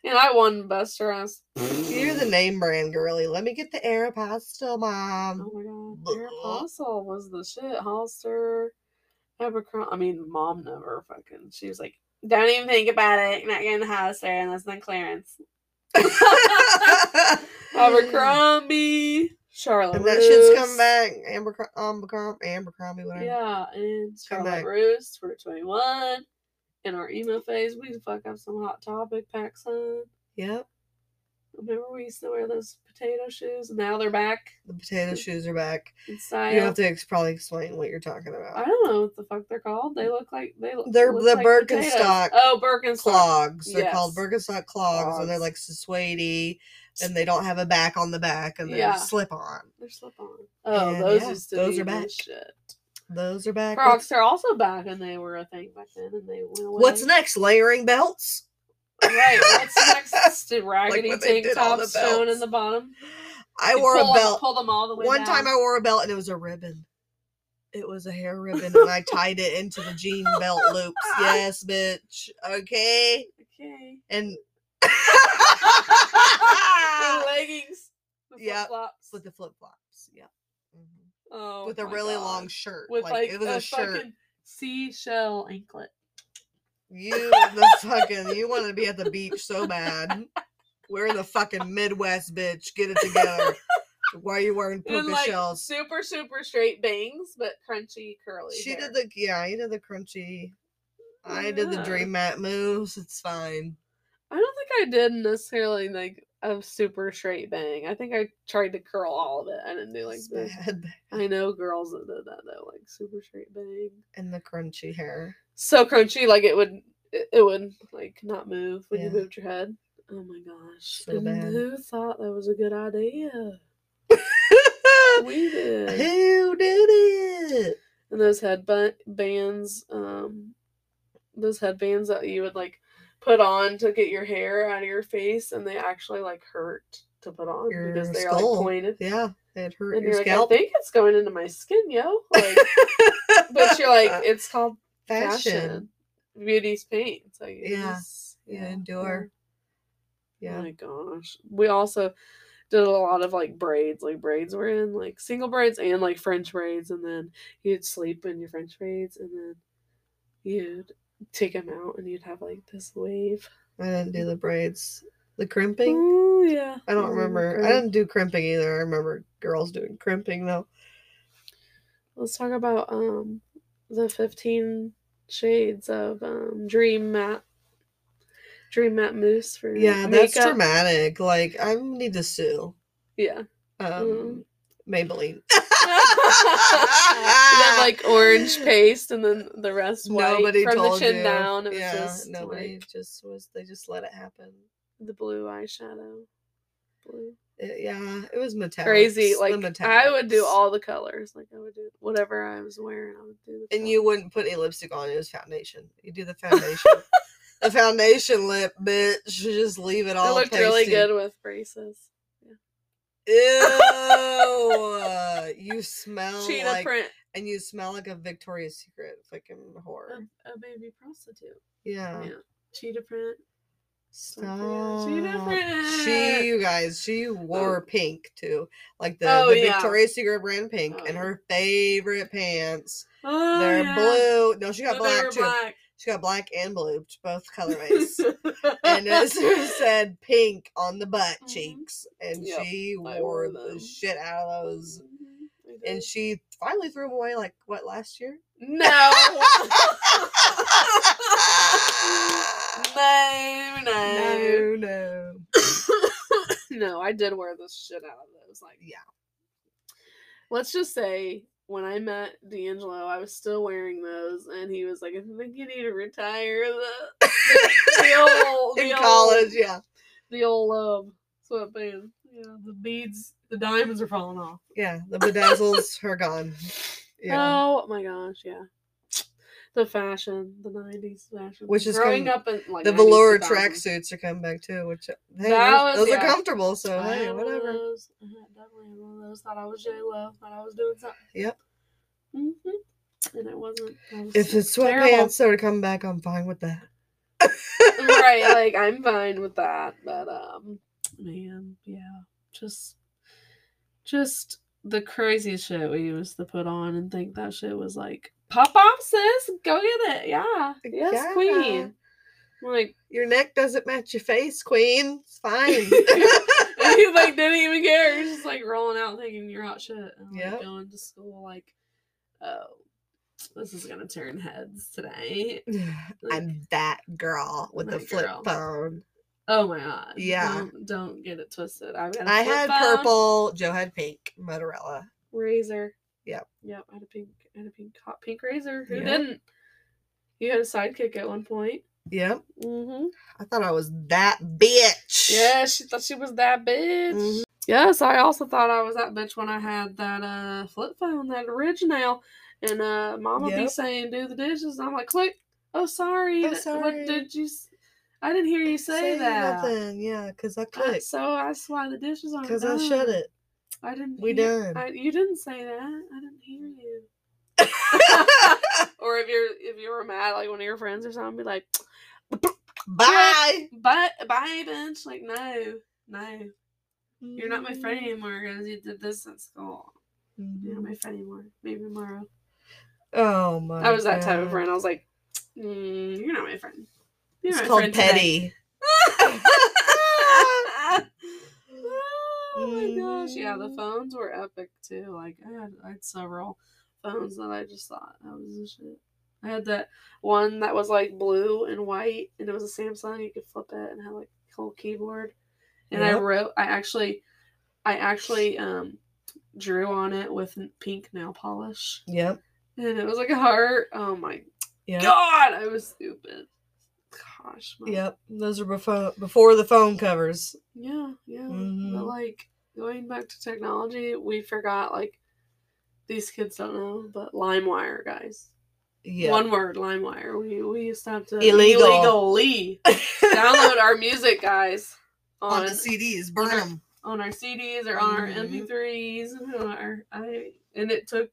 S1: And I won best dress.
S2: You're the name brand girly. Let me get the Aeropostale,
S1: Oh
S2: mom.
S1: my god,
S2: Blah.
S1: Aeropostale was the shit. Hollister, Abercrombie. I mean, mom never fucking. She was like, "Don't even think about it. You're not getting the Hollister unless it's on clearance." Oh. Abercrombie, Charlotte.
S2: And that shit's
S1: Russe.
S2: come back. Amber, Abercrombie, Abercrombie, whatever.
S1: Yeah, and
S2: Come
S1: Charlotte
S2: back.
S1: Roost, Route 21. In our emo phase, we used to fuck up some Hot Topic packs on.
S2: Yep.
S1: Remember we used to wear those potato shoes? Now they're back
S2: The potato shoes are back.
S1: in
S2: You
S1: style.
S2: have to ex- probably explain what you're talking
S1: I
S2: about.
S1: don't know what the fuck they're called. They look like they look.
S2: They're
S1: look
S2: the
S1: like potatoes.
S2: Birkenstock
S1: Oh, Birkenstock.
S2: Clogs. They're called
S1: Yes.
S2: Birkenstock clogs, and they're
S1: Clogs.
S2: like suede, and they don't have a back on the back, and they're
S1: Yeah.
S2: slip on.
S1: They're slip on. Oh,
S2: And
S1: those
S2: yeah,
S1: used to
S2: those
S1: be
S2: are
S1: the
S2: back.
S1: shit.
S2: Those are back. What's-
S1: Crocs are also back, and they were a thing back then, and they went away.
S2: What's next? Layering belts.
S1: right? What's next? The raggedy
S2: when they
S1: tank
S2: did all the
S1: tops shown in
S2: belts.
S1: the bottom.
S2: I
S1: You
S2: wore
S1: pull
S2: a
S1: 'em-
S2: belt.
S1: Pull them all the way.
S2: One
S1: down.
S2: time I wore a belt, and it was a ribbon. It was a hair ribbon, and I tied it into the jean belt loops. Yes, bitch. Okay,
S1: Okay.
S2: and.
S1: The leggings. The
S2: Yep.
S1: flip-flops.
S2: Ah! with the flip flops. Yeah. hmm
S1: oh,
S2: with a
S1: my
S2: really
S1: God.
S2: long shirt.
S1: With
S2: like, it was a,
S1: a,
S2: shirt.
S1: fucking seashell anklet.
S2: You the fucking you want to be at the beach so bad. We're in the fucking Midwest, bitch. Get it together. Why are you wearing
S1: And
S2: puka
S1: like
S2: shells?
S1: super super straight bangs, but crunchy curly.
S2: She
S1: hair.
S2: did the yeah, you did the crunchy. I did the
S1: Yeah.
S2: dream mat moves. It's fine.
S1: I don't think I did necessarily like a super straight bang. I think I tried to curl all of it. I didn't do like
S2: It's
S1: this.
S2: bad.
S1: I know girls that did that though, like super straight bang.
S2: And the crunchy hair.
S1: so crunchy, like it would it, it would like not move when you
S2: Yeah.
S1: moved your head. Oh my gosh.
S2: So
S1: And
S2: bad.
S1: Who thought that was a good idea? We did.
S2: Who did it?
S1: And those headbands, um those headbands that you would like put on to get your hair out of your face and they actually like hurt to put on
S2: Your
S1: because they're
S2: skull.
S1: like pointed.
S2: Yeah, it hurt
S1: And
S2: your
S1: you're like,
S2: scalp.
S1: I think it's going into my skin, yo. Like, but you're like, it's called fashion. Beauty's pain. So you
S2: Yeah.
S1: just-
S2: You endure.
S1: Oh
S2: Yeah.
S1: my gosh. We also did a lot of like braids. Like braids were in like single braids and like French braids. And then you'd sleep in your French braids and then you'd take them out and you'd have like this wave.
S2: I didn't do the braids. The crimping?
S1: Oh, yeah. Mm-hmm.
S2: I don't remember. I
S1: okay.
S2: didn't do crimping either. I remember girls doing crimping though.
S1: Let's talk about um the 15 shades of um, dream mat. Dream Map Moose for
S2: Yeah, that's
S1: makeup.
S2: dramatic. Like I need to sue.
S1: Yeah. Mm-hmm.
S2: Um, Maybelline.
S1: you have like orange paste and then the rest white
S2: nobody
S1: from
S2: told
S1: the chin
S2: you.
S1: down. It was
S2: yeah,
S1: just
S2: nobody
S1: like
S2: just was. They just let it happen.
S1: the blue eyeshadow. Blue.
S2: It- yeah, it was metallic.
S1: Crazy. Like I would do all the colors. Like I would do whatever I was wearing, I would do the
S2: And you wouldn't put any lipstick on. It was foundation. You do the foundation. the foundation lip, bitch. You Just leave it all.
S1: colors. it looked really
S2: pasty.
S1: good with braces.
S2: Ew. you smell
S1: Cheetah
S2: Oh, like,
S1: print.
S2: and you smell like a Victoria's Secret fucking whore.
S1: A, a baby prostitute.
S2: Yeah.
S1: Oh,
S2: Oh,
S1: yeah. Cheetah print.
S2: Stop.
S1: She different.
S2: She, you guys, she wore pink too, like the,
S1: Oh,
S2: the
S1: yeah.
S2: Victoria's Secret brand pink, and
S1: Oh.
S2: her favorite pants.
S1: Oh,
S2: they're
S1: yeah.
S2: blue. No, she
S1: No,
S2: got
S1: they were
S2: black too.
S1: black.
S2: She got black and blue, both colorways. and it said pink on the butt
S1: Mhm.
S2: cheeks, and
S1: Yep,
S2: she
S1: I
S2: wore
S1: wore
S2: the
S1: them.
S2: shit out of those.
S1: Mhm, I
S2: And
S1: did.
S2: she finally threw them away, like what last year?
S1: no. no, no,
S2: no, no.
S1: no. I did wear the shit out of those. Like,
S2: Yeah.
S1: let's just say when I met D'Angelo, I was still wearing those, and he was like, "I think you need to retire the the old
S2: In
S1: the old-
S2: college, yeah,
S1: the old um, sweatband. Yeah, the beads, the diamonds are falling off."
S2: yeah. The bedazzles are gone. Yeah.
S1: Oh my gosh, yeah. The fashion, the nineties fashion,
S2: Which is
S1: growing
S2: com-
S1: up in like
S2: the
S1: 90s,
S2: velour
S1: 2000s.
S2: tracksuits are coming back too, which hey, those,
S1: That was-
S2: those are
S1: yeah.
S2: comfortable. So
S1: I
S2: hey,
S1: had one of
S2: whatever.
S1: those. I had definitely had one of those. Thought I was J Lo. Thought I was doing something.
S2: Yep.
S1: hmm And it wasn't. I was
S2: If the sweatpants are to come back, I'm fine with that.
S1: right, like I'm fine with that, but um, man, yeah, just, just the craziest shit we used to put on and think that shit was like pop off, sis, go get it, yeah, yes,
S2: Yeah.
S1: queen. I'm Like
S2: Your neck doesn't match your face, queen. It's fine.
S1: And he like didn't even care. He was just like rolling out thinking you're hot shit. And like,
S2: Yep.
S1: going to school like, oh, this is gonna turn heads today.
S2: I'm that girl with the
S1: That
S2: flip
S1: girl.
S2: phone.
S1: Oh my god.
S2: Yeah.
S1: Don't, don't get it twisted. I've got a
S2: I
S1: flip
S2: had
S1: phone,
S2: purple. Joe had pink. Motorella.
S1: razor.
S2: Yep.
S1: Yep. I had a pink. I had a pink hot pink razor. Who
S2: Yep.
S1: didn't? You had a sidekick at one point.
S2: Yep.
S1: Mm-hmm.
S2: I thought I was that bitch.
S1: Yeah, she thought she was that bitch.
S2: Mhm.
S1: Yes, I also thought I was that bitch when I had that uh flip phone, that original, and uh Mama be
S2: Yep.
S1: saying do the dishes, and I'm like, click. Oh, sorry.
S2: Oh,
S1: that-
S2: sorry.
S1: What did you? s- I didn't hear you say, that.
S2: nothing. Yeah, because I
S1: I-
S2: clicked.
S1: so that's why the dishes aren't.
S2: Because I
S1: done.
S2: shut it.
S1: I didn't.
S2: We
S1: hear-
S2: done.
S1: I, you didn't say that. I didn't hear you. or if you're if you were mad like one of your friends or something, be like,
S2: Bye.
S1: but bye, bitch. Like no, no. You're not my friend
S2: Mm.
S1: anymore because you did this at school. You're not my friend anymore. Maybe tomorrow.
S2: Mm-hmm. Oh my!
S1: I was that type of
S2: God.
S1: friend. I was like, mm, you're not my friend. You're
S2: It's
S1: not my
S2: called
S1: friend today."
S2: petty.
S1: oh my gosh! Yeah, the
S2: Mhm.
S1: phones were epic too. Like I had, I had several phones that I just thought that was the shit. I had that one that was like blue and white, and it was a Samsung. You could flip it and had like a whole keyboard. And I
S2: Yep.
S1: wrote. I actually, I actually um, drew on it with n- pink nail polish,
S2: Yep.
S1: and it was like a heart. Oh my
S2: Yep.
S1: god! I was stupid. Gosh. my-
S2: Yep. Those are before before the phone covers.
S1: yeah, yeah.
S2: Mhm.
S1: But like going back to technology, we forgot like these kids don't know, but LimeWire guys.
S2: Yeah.
S1: One word, LimeWire. We we used to have to
S2: Illegal.
S1: illegally download our music, guys,
S2: on
S1: on
S2: the CDs, burn
S1: on-
S2: them.
S1: on our CDs or on our
S2: Mhm.
S1: MP3s. and on our- I, and it took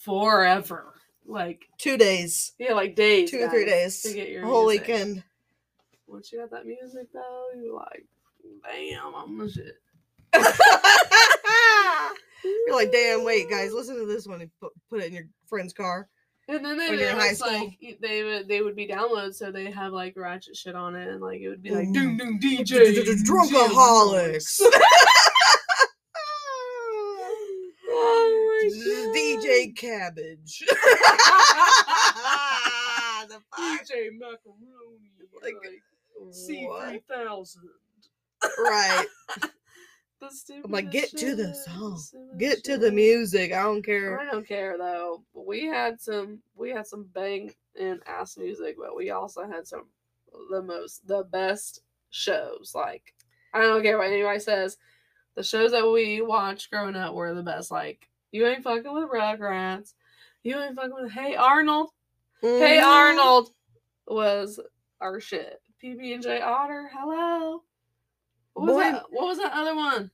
S1: forever. Like
S2: Two days,
S1: yeah, like days.
S2: two or three
S1: guys,
S2: days,
S1: to get your
S2: whole
S1: music.
S2: weekend.
S1: Once you got that music though, you like, damn, I'm the shit.
S2: You're like, damn. Wait, guys, listen to this one and put, put it in your friend's car.
S1: And then
S2: when
S1: they
S2: you're in
S1: it
S2: high
S1: was
S2: school.
S1: like y- they would they would be downloads, so they have like ratchet shit on it, and like it would be like
S2: Ooh.
S1: doom doom DJ
S2: Drunkaholics.
S1: Oh my
S2: DJ Cabbage.
S1: god.
S2: the fuck?
S1: DJ macaroni.
S2: Like,
S1: Like, C three
S2: What?
S1: thousand.
S2: right.
S1: The stupid.
S2: like, get to the song. Get to the music. I don't care.
S1: I don't care though. We had some we had some bang and ass music, but we also had some the most the best shows. Like I don't care what anybody says. The shows that we watched growing up were the best. Like you ain't fucking with Rugrats. You ain't fucking with Hey Arnold. Hey
S2: Mhm.
S1: Arnold was our shit. PB and J Otter. Hello. What was
S2: Boy-
S1: that? What was that other one?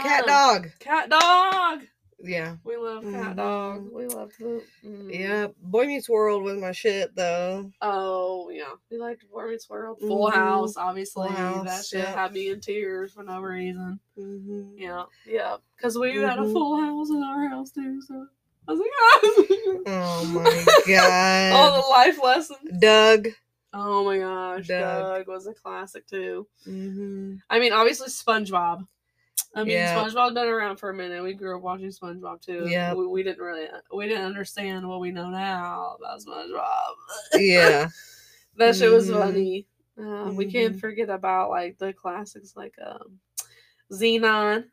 S2: Cat
S1: Um,
S2: dog.
S1: Cat dog.
S2: Yeah.
S1: We love Cat Dog. We love the. mm.
S2: Mm-hmm. Yeah. Boy Meets World was my shit though.
S1: Oh yeah. We liked Boy Meets World. Full
S2: Mhm.
S1: House, obviously.
S2: Full
S1: that
S2: House,
S1: shit
S2: yep.
S1: had me in tears for no reason.
S2: Mm-hmm.
S1: Yeah, yeah. Because we had a
S2: Mhm.
S1: full house in our house too. So I was like, ah.
S2: Oh my god.
S1: all the life lessons.
S2: Doug.
S1: Oh my gosh, Doug.
S2: Doug.
S1: was a classic too.
S2: Mm-hmm.
S1: I mean, obviously SpongeBob. I mean,
S2: Yeah.
S1: SpongeBob been around for a minute. We grew up watching SpongeBob too.
S2: Yep.
S1: we, we didn't really, we didn't understand what we know now about SpongeBob.
S2: Yeah.
S1: That shit was
S2: Mhm.
S1: funny. Uh, We can't
S2: Mhm.
S1: forget about like the classics like um, Xenon.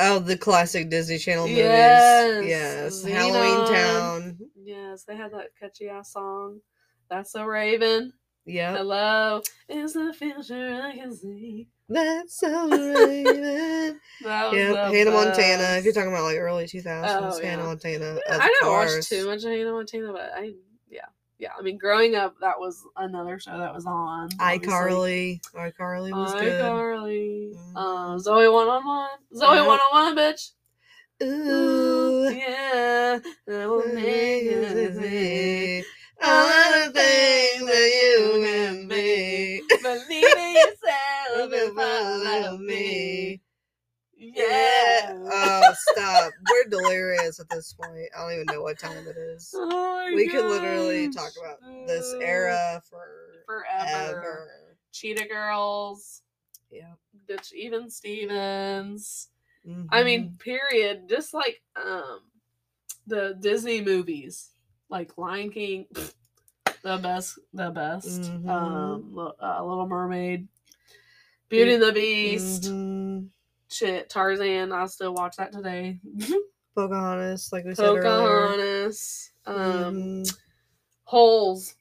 S2: Oh, the classic Disney Channel movies.
S1: Yes,
S2: Yes.
S1: Xenon.
S2: Halloween Town.
S1: Yes, they had that catchy ass song. That's a Raven.
S2: Yep.
S1: Hello is the future I can see.
S2: That's so Raven.
S1: That was
S2: Yep.
S1: the
S2: Hannah Montana. If you're
S1: best.
S2: talking about like early 2000s,
S1: Oh,
S2: Hannah
S1: yeah.
S2: Montana.
S1: Yeah,
S2: of
S1: I don't watch
S2: course.
S1: too much of Hannah Montana, but I yeah yeah. I mean, growing up, that was another show that was on. obviously.
S2: iCarly. iCarly was good.
S1: iCarly.
S2: Mhm.
S1: Um, Zoe one on one. Zoe
S2: Yep.
S1: one on one, bitch.
S2: Ooh.
S1: yeah. That will make it big.
S2: amazing. All the things that you can be.
S1: Believe in yourself and
S2: Follow
S1: follow
S2: me.
S1: me.
S2: Yeah.
S1: Yeah.
S2: Oh, stop. We're delirious at this point. I don't even know what time it is.
S1: Oh my
S2: We could literally
S1: gosh.
S2: talk about this
S1: Uh,
S2: era for
S1: forever.
S2: ever.
S1: Cheetah Girls,
S2: Yeah.
S1: bitch, even Stevens. I
S2: Mm-hmm.
S1: mean, period. Just like um the Disney movies, like Lion King, pfft, the best, the best.
S2: Mhm.
S1: Um, Li- uh, Little Mermaid, Beauty and the
S2: Mm-hmm.
S1: Beast,
S2: Mhm.
S1: shit, Tarzan. I still watch that today.
S2: Pocahontas, like we said earlier.
S1: Pocahontas, um,
S2: Mhm.
S1: Holes.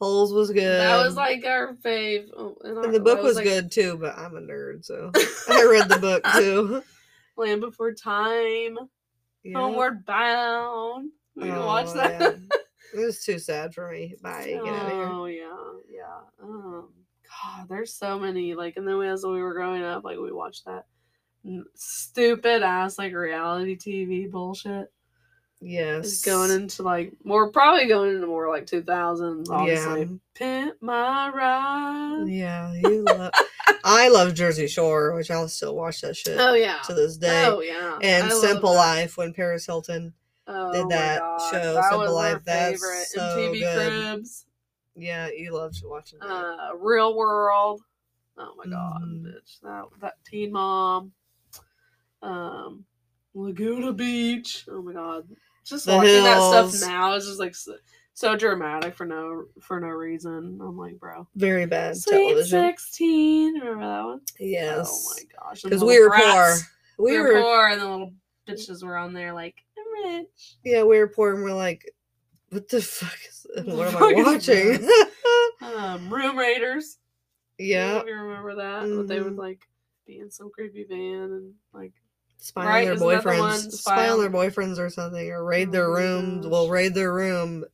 S2: Holes was good.
S1: That was like our fave. Oh, and our-
S2: And the
S1: that
S2: book was,
S1: like
S2: good too, but I'm a nerd, so I read the book too.
S1: Land Before Time,
S2: Yeah.
S1: Homeward Bound. We can
S2: Oh,
S1: watch that.
S2: yeah. It was too sad for me. Bye. Get out of here.
S1: Oh yeah, yeah. Um, God, there's so many. Like, and then as we were growing up, like we watched that n- stupid ass like reality TV bullshit.
S2: Yes.
S1: It's going into like we're probably going into more like 2000s. Obviously, pimp my
S2: Yeah.
S1: ride.
S2: Yeah. You love. I love Jersey Shore, which I'll still watch that shit
S1: Oh yeah.
S2: to this day.
S1: Oh yeah. I
S2: and
S1: love
S2: Simple
S1: that.
S2: Life when Paris Hilton.
S1: Oh,
S2: did
S1: my
S2: that
S1: God.
S2: show,
S1: That
S2: Simple
S1: was our
S2: Life. That's
S1: favorite.
S2: so
S1: MTV
S2: good.
S1: Cribs,
S2: Yeah, you loved watching that.
S1: uh, Real World. Oh my god,
S2: Mhm.
S1: bitch! That that Teen Mom, um, Laguna Beach. Oh my god, just
S2: The
S1: watching that
S2: Hills.
S1: stuff now is just like so, so dramatic for no for no reason. I'm like, bro.
S2: Very bad
S1: Sweet
S2: television.
S1: sixteen. Remember that one? Oh
S2: Yes.
S1: my gosh. them
S2: Because we
S1: little
S2: were
S1: brats.
S2: poor. We,
S1: We
S2: were,
S1: were poor, and the little bitches were on there like, I'm rich.
S2: yeah, we were poor, and we're like, what the fuck? Is,
S1: the
S2: what am
S1: fuck
S2: I
S1: is
S2: watching?
S1: Um, Room Raiders. I don't know
S2: yeah,
S1: if you remember that. But they would
S2: Mhm.
S1: like be in some creepy van and like
S2: spy
S1: Right,
S2: on their
S1: isn't that the
S2: boyfriends,
S1: one?
S2: spy on their
S1: Spy
S2: boyfriends or something, or raid
S1: Oh
S2: their
S1: my
S2: rooms.
S1: gosh.
S2: Well, raid their room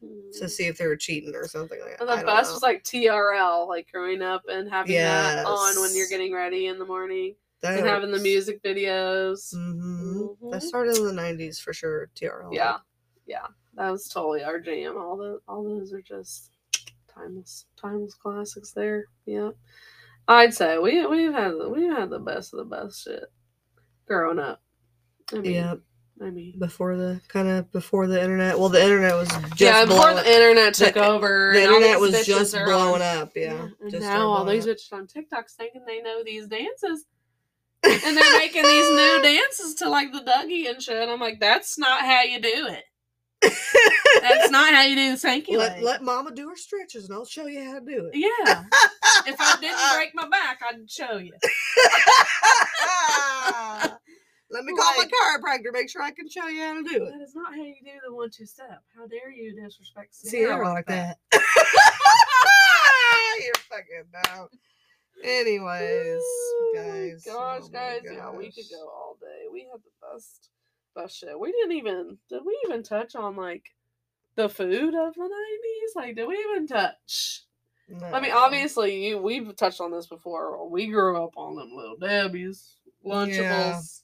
S2: to
S1: mm.
S2: see if they were cheating or something like that.
S1: and the
S2: I don't
S1: best
S2: know.
S1: was like TRL, like growing up and having that on when you're
S2: Yes.
S1: getting ready in the morning
S2: That
S1: and having the
S2: was-
S1: music videos.
S2: Mhm.
S1: Mhm.
S2: That started in the '90s for sure. TRL.
S1: Yeah, yeah, that was totally our jam. All the all those are just timeless, timeless classics. There, yeah. I'd say we we've had the- we've had the best of the best shit growing up. I mean,
S2: yeah.
S1: I mean,
S2: Before the kind of before the internet. Well, the internet was just
S1: yeah. Before
S2: blowing.
S1: the internet took
S2: the-
S1: over,
S2: the
S1: and all
S2: internet
S1: these
S2: was
S1: bitches
S2: just
S1: are on-
S2: blowing up. Yeah.
S1: and
S2: just started
S1: now all
S2: blowing
S1: these
S2: up.
S1: bitches on TikToks thinking they know these dances, and they're making these new dances to like the Dougie and shit. I'm like, that's not how you do it. That's not how you do the Sankey
S2: let,
S1: leg.
S2: let mama do her stretches and I'll show you how to do it.
S1: Yeah. If I didn't break my back, I'd show you.
S2: let me call
S1: Like-
S2: my chiropractor, make sure I can show you how to do it.
S1: That is not how you do the one two step. How dare you disrespect
S2: See, I
S1: Sierra
S2: don't like that. You're fucking out. Anyways,
S1: Ooh,
S2: guys.
S1: Gosh,
S2: oh my
S1: guys, yeah, we could
S2: gosh.
S1: go all day. We had the best, best show. We didn't even, did we even touch on like the food of the 90s? Like, did we even touch? I mean,
S2: No.
S1: obviously, you we've touched on this before. We grew up on them little Debbie's, Lunchables,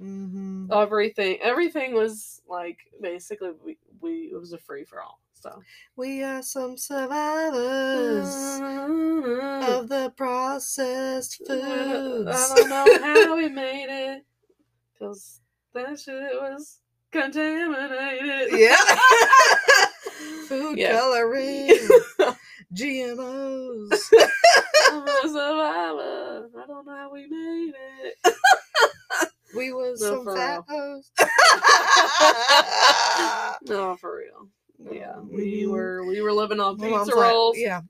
S2: Mhm.
S1: everything. Everything was like basically we, we it was a free for all. So
S2: We are some survivors
S1: I Mm.
S2: of the processed foods.
S1: don't know how we made it because that shit was contaminated.
S2: yeah. Food
S1: Yeah.
S2: coloring, GMOs.
S1: I'm a survivor. I don't know how we made it.
S2: We was
S1: No,
S2: some
S1: for
S2: fat hoes.
S1: No, for real. Yeah, we
S2: Mhm.
S1: were we were living on
S2: My
S1: pizza
S2: mom's like,
S1: rolls.
S2: yeah.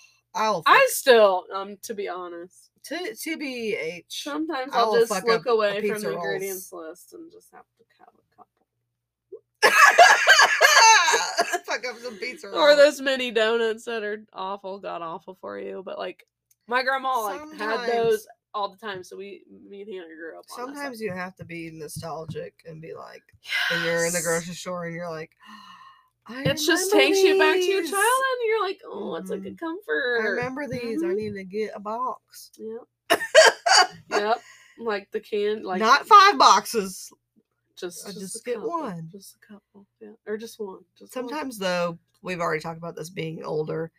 S2: I'll
S1: I still, um, to be honest,
S2: to TBH.
S1: sometimes
S2: I
S1: I'll
S2: will
S1: just
S2: fuck
S1: look
S2: up a
S1: away from
S2: pizza
S1: the
S2: rolls.
S1: ingredients list and just have to have a couple,
S2: Fuck up some pizza.
S1: or
S2: rolls.
S1: those mini donuts that are awful, god awful for you. But like, my grandma like had those
S2: Sometimes-
S1: all the time, so we, me and Hannah grew up. On that stuff.
S2: Sometimes you have to be nostalgic and be like, and you're in the
S1: Yes.
S2: grocery store and you're like, I
S1: It just
S2: remember
S1: takes you back to your
S2: these.
S1: childhood, and you're like, oh, it's a
S2: Mhm.
S1: good
S2: I
S1: comfort.
S2: remember these. I
S1: Mhm.
S2: need to get a box.
S1: Yep. yep. Like the can, like
S2: Not five boxes.
S1: just,
S2: I
S1: just
S2: just
S1: a
S2: get
S1: couple,
S2: one.
S1: just a couple, yeah, or just one. Just one.
S2: Sometimes though, we've already talked about this being older.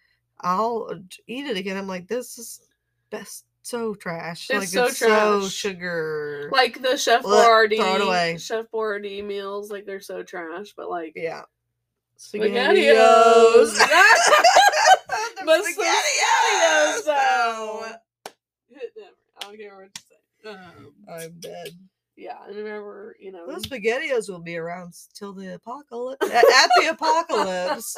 S2: I'll uh, eat it again. I'm like, this is best so trash.
S1: It's
S2: like
S1: so
S2: it's so
S1: trash.
S2: sugar.
S1: like the Chef
S2: Ugh, throw it away.
S1: Boyardee, Chef Boyardee meals, like they're so trash, but like
S2: yeah.
S1: SpaghettiOs.
S2: The
S1: But some
S2: SpaghettiOs,
S1: SpaghettiOs, though. Hit them. I don't care what you say. Um,
S2: I'm dead.
S1: yeah, I remember, you know,
S2: Uh, Those spaghettios will be around s- till the apocalypse. At, at the apocalypse.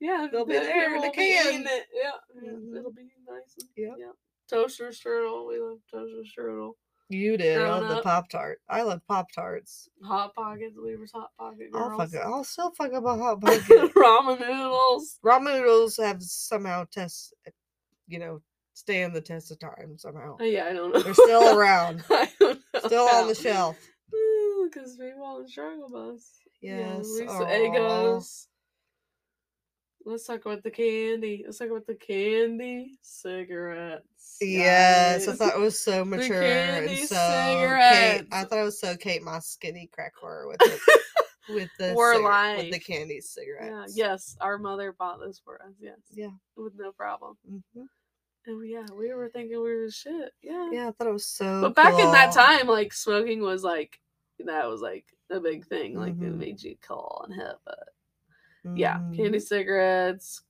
S1: yeah,
S2: they'll be
S1: the-
S2: there
S1: people
S2: in the
S1: will be eating
S2: can.
S1: it. Yeah, yeah,
S2: Mhm.
S1: it'll be nice. And,
S2: Yep.
S1: yeah, toaster strudel. We love toaster strudel.
S2: You did. I
S1: Growing
S2: love the
S1: up.
S2: Pop Tart. I love Pop Tarts.
S1: Hot pockets. We were hot pocket
S2: I'll Oh, fuck
S1: girls.
S2: it. I'll still fuck up a hot pocket.
S1: Ramen noodles.
S2: Ramen noodles have somehow test, eh, you know, stand the test of time somehow.
S1: Uh, Yeah, I don't know.
S2: They're still around,
S1: I don't know
S2: still on
S1: how.
S2: the shelf.
S1: Because we were on struggle bus.
S2: Yes.
S1: Yeah, we used to
S2: aw.
S1: Eggos. Let's talk about the candy. Let's talk about the candy cigarettes.
S2: Yes, I
S1: guys.
S2: thought it was so mature and
S1: candy
S2: so Kate, I
S1: cigarettes.
S2: thought it was so Kate Moss skinny crack whore with the with the
S1: We're
S2: cigarette- with the
S1: life.
S2: candy
S1: Yeah,
S2: cigarettes.
S1: yes, our mother bought this for us. Yes.
S2: Yeah.
S1: With no problem.
S2: Mhm.
S1: And we- yeah, we were thinking we were the shit. Yeah.
S2: Yeah, I thought it was so.
S1: But back in that
S2: cool.
S1: time, like smoking was like that was like a big thing. Like it
S2: Mhm. made
S1: made you cool and hip. But yeah, candy
S2: Mhm.
S1: cigarettes,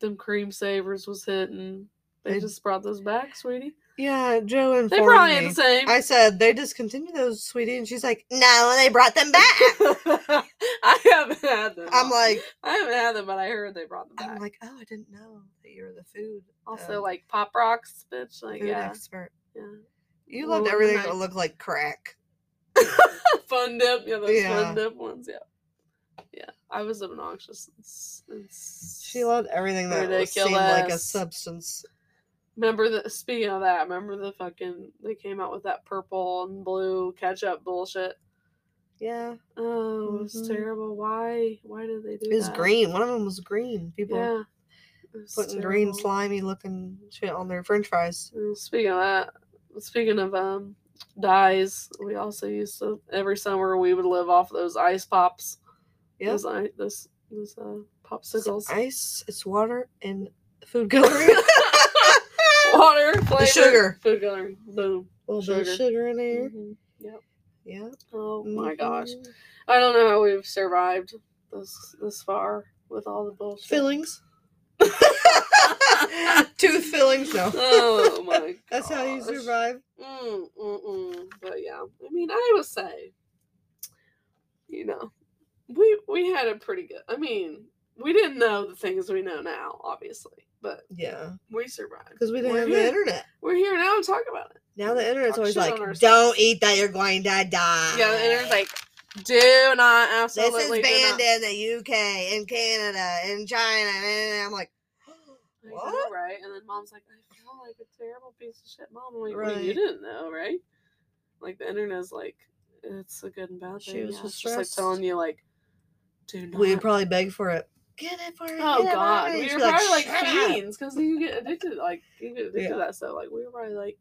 S1: them cream savers was hitting. They
S2: They-
S1: just brought those back, sweetie.
S2: Yeah, Joe informed
S1: They probably ain't
S2: me.
S1: the same.
S2: I said they discontinued those, sweetie, and she's like, "No, they brought them back."
S1: I haven't had them.
S2: I'm like,
S1: I haven't had them, but I heard they brought them back.
S2: I'm like, oh, I didn't know that you were the food.
S1: also,
S2: um,
S1: like pop rocks, bitch. Like
S2: food
S1: yeah,
S2: expert.
S1: yeah.
S2: You
S1: Well,
S2: loved
S1: it was
S2: everything that
S1: nice.
S2: looked like crack.
S1: fun dip. Yeah, those
S2: Yeah.
S1: fun dip ones. Yeah, yeah. I was obnoxious. and s- and
S2: She loved everything that was- seemed like a
S1: Ridiculous.
S2: substance.
S1: Remember the speaking of that, remember the fucking they came out with that purple and blue ketchup bullshit.
S2: Yeah,
S1: Oh, it was
S2: Mhm.
S1: terrible. Why why did they do
S2: it was
S1: that?
S2: green. One of them was green. People
S1: Yeah. It was
S2: putting green,
S1: terrible.
S2: slimy looking shit on their French fries.
S1: Well, Speaking of that, speaking of um dyes, we also used to every summer we would live off those ice pops.
S2: Yeah,
S1: Those i- those those uh
S2: it's
S1: popsicles.
S2: ice. It's water and food coloring.
S1: Water, flavor,
S2: sugar.
S1: food coloring, boom.
S2: A little bit of
S1: Sugar.
S2: sugar in there.
S1: Mhm. Yep.
S2: Yeah.
S1: Oh my gosh.
S2: mhm.
S1: I don't know how we've survived this this far with all the bullshit.
S2: Fillings. Tooth fillings. No.
S1: Oh my!
S2: That's how you
S1: gosh.
S2: survive.
S1: Mm, mm, mm. But yeah, I mean, I would say, you know, we we we had a pretty good. I mean, we didn't know the things we know now, obviously, but
S2: Yeah,
S1: we survived
S2: because we didn't
S1: We're
S2: have
S1: here.
S2: the internet.
S1: We're here now and talk about it.
S2: Now the internet's
S1: Talk
S2: always
S1: shit
S2: like,
S1: on ourselves.
S2: "Don't eat that, you're going to die."
S1: Yeah, and it's like, do not
S2: this is
S1: absolutely do not.
S2: banned in the UK, in Canada, in China, and I'm like,
S1: I know,
S2: what?
S1: right? And then mom's like, I feel like a terrible piece of shit, mom. I'm like, "Well, you
S2: Right.
S1: didn't know, right? Like the internet's like, it's a good and bad
S2: She
S1: thing.
S2: was
S1: yeah.
S2: just
S1: It's just like
S2: stressed.
S1: telling you like, do not.
S2: We probably begged for it. Get it for it.
S1: oh
S2: get it for
S1: god,
S2: it."
S1: we
S2: She'd
S1: were
S2: be
S1: probably like
S2: "Shut up."
S1: fiends because you get addicted, like you get addicted to
S2: Yeah.
S1: that stuff. Like we were probably like.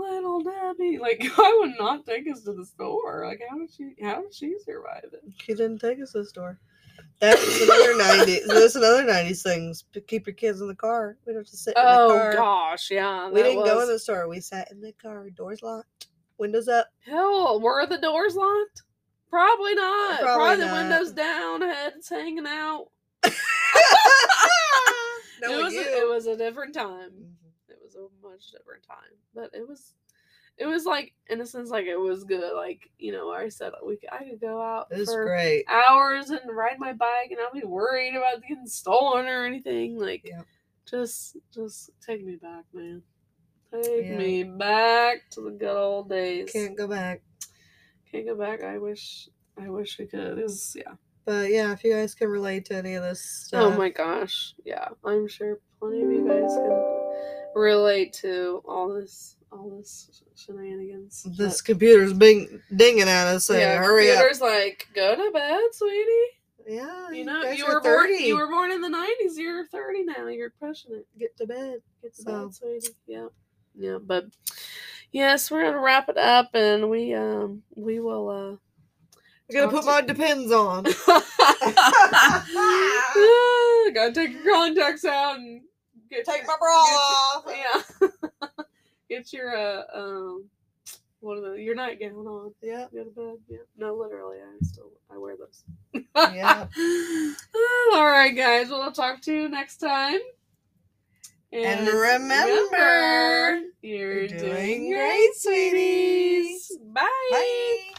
S1: Little Debbie, like I would not take us to the store. Like how did she? How did she survive it?
S2: She didn't take us to the store. That's another ninety. That's another nineties things. P- Keep your kids in the car. We don't have to sit in the
S1: Oh
S2: car.
S1: gosh, yeah.
S2: we
S1: that
S2: didn't go in
S1: was-
S2: the store. We sat in the car, doors locked, windows up.
S1: Hell, were the doors locked? Probably not. Probably,
S2: Probably
S1: the
S2: not.
S1: windows down, heads hanging out.
S2: no,
S1: it was
S2: you.
S1: a, it was a different time.
S2: Mhm.
S1: It was a much different time, but it was it was like in a sense like it was good. Like you know, I said we could, I could go out
S2: It was
S1: for
S2: great.
S1: hours and ride my bike and not be worried about getting stolen or anything. Like
S2: Yeah.
S1: just just take me back, man. Take
S2: Yeah.
S1: me back to the good old days.
S2: Can't go back.
S1: Can't go back. I wish. I wish we could. It was, yeah.
S2: But yeah, if you guys can relate to any of this stuff,
S1: Oh my gosh. Yeah. I'm sure plenty of you guys can relate to all this, all this shenanigans.
S2: this computer's bing dinging at us
S1: But-
S2: saying, "Hurry
S1: computer's like, go to bed, sweetie.
S2: up!" Yeah,
S1: You know,
S2: guys
S1: you
S2: are
S1: were born. You were born in the '90s. You're 30 now. You're crushing it.
S2: get to bed.
S1: Get to
S2: So-
S1: bed, sweetie. Yeah. Yeah. But yes, we're gonna wrap it up, and we um we will uh
S2: I gotta
S1: Talk
S2: put
S1: to-
S2: my depends on.
S1: Ah, Gotta take your contacts out and get
S2: Take my
S1: your-
S2: bra off.
S1: get your- Yeah. get your uh um what are the your nightgown on.
S2: Yeah.
S1: Go to bed. Yeah. No, literally, I still I wear those.
S2: Yeah.
S1: Ah, All right, guys. Well, I'll talk to you next time.
S2: And remember,
S1: you're
S2: you're doing
S1: doing
S2: great,
S1: great, sweeties. Bye.
S2: Bye.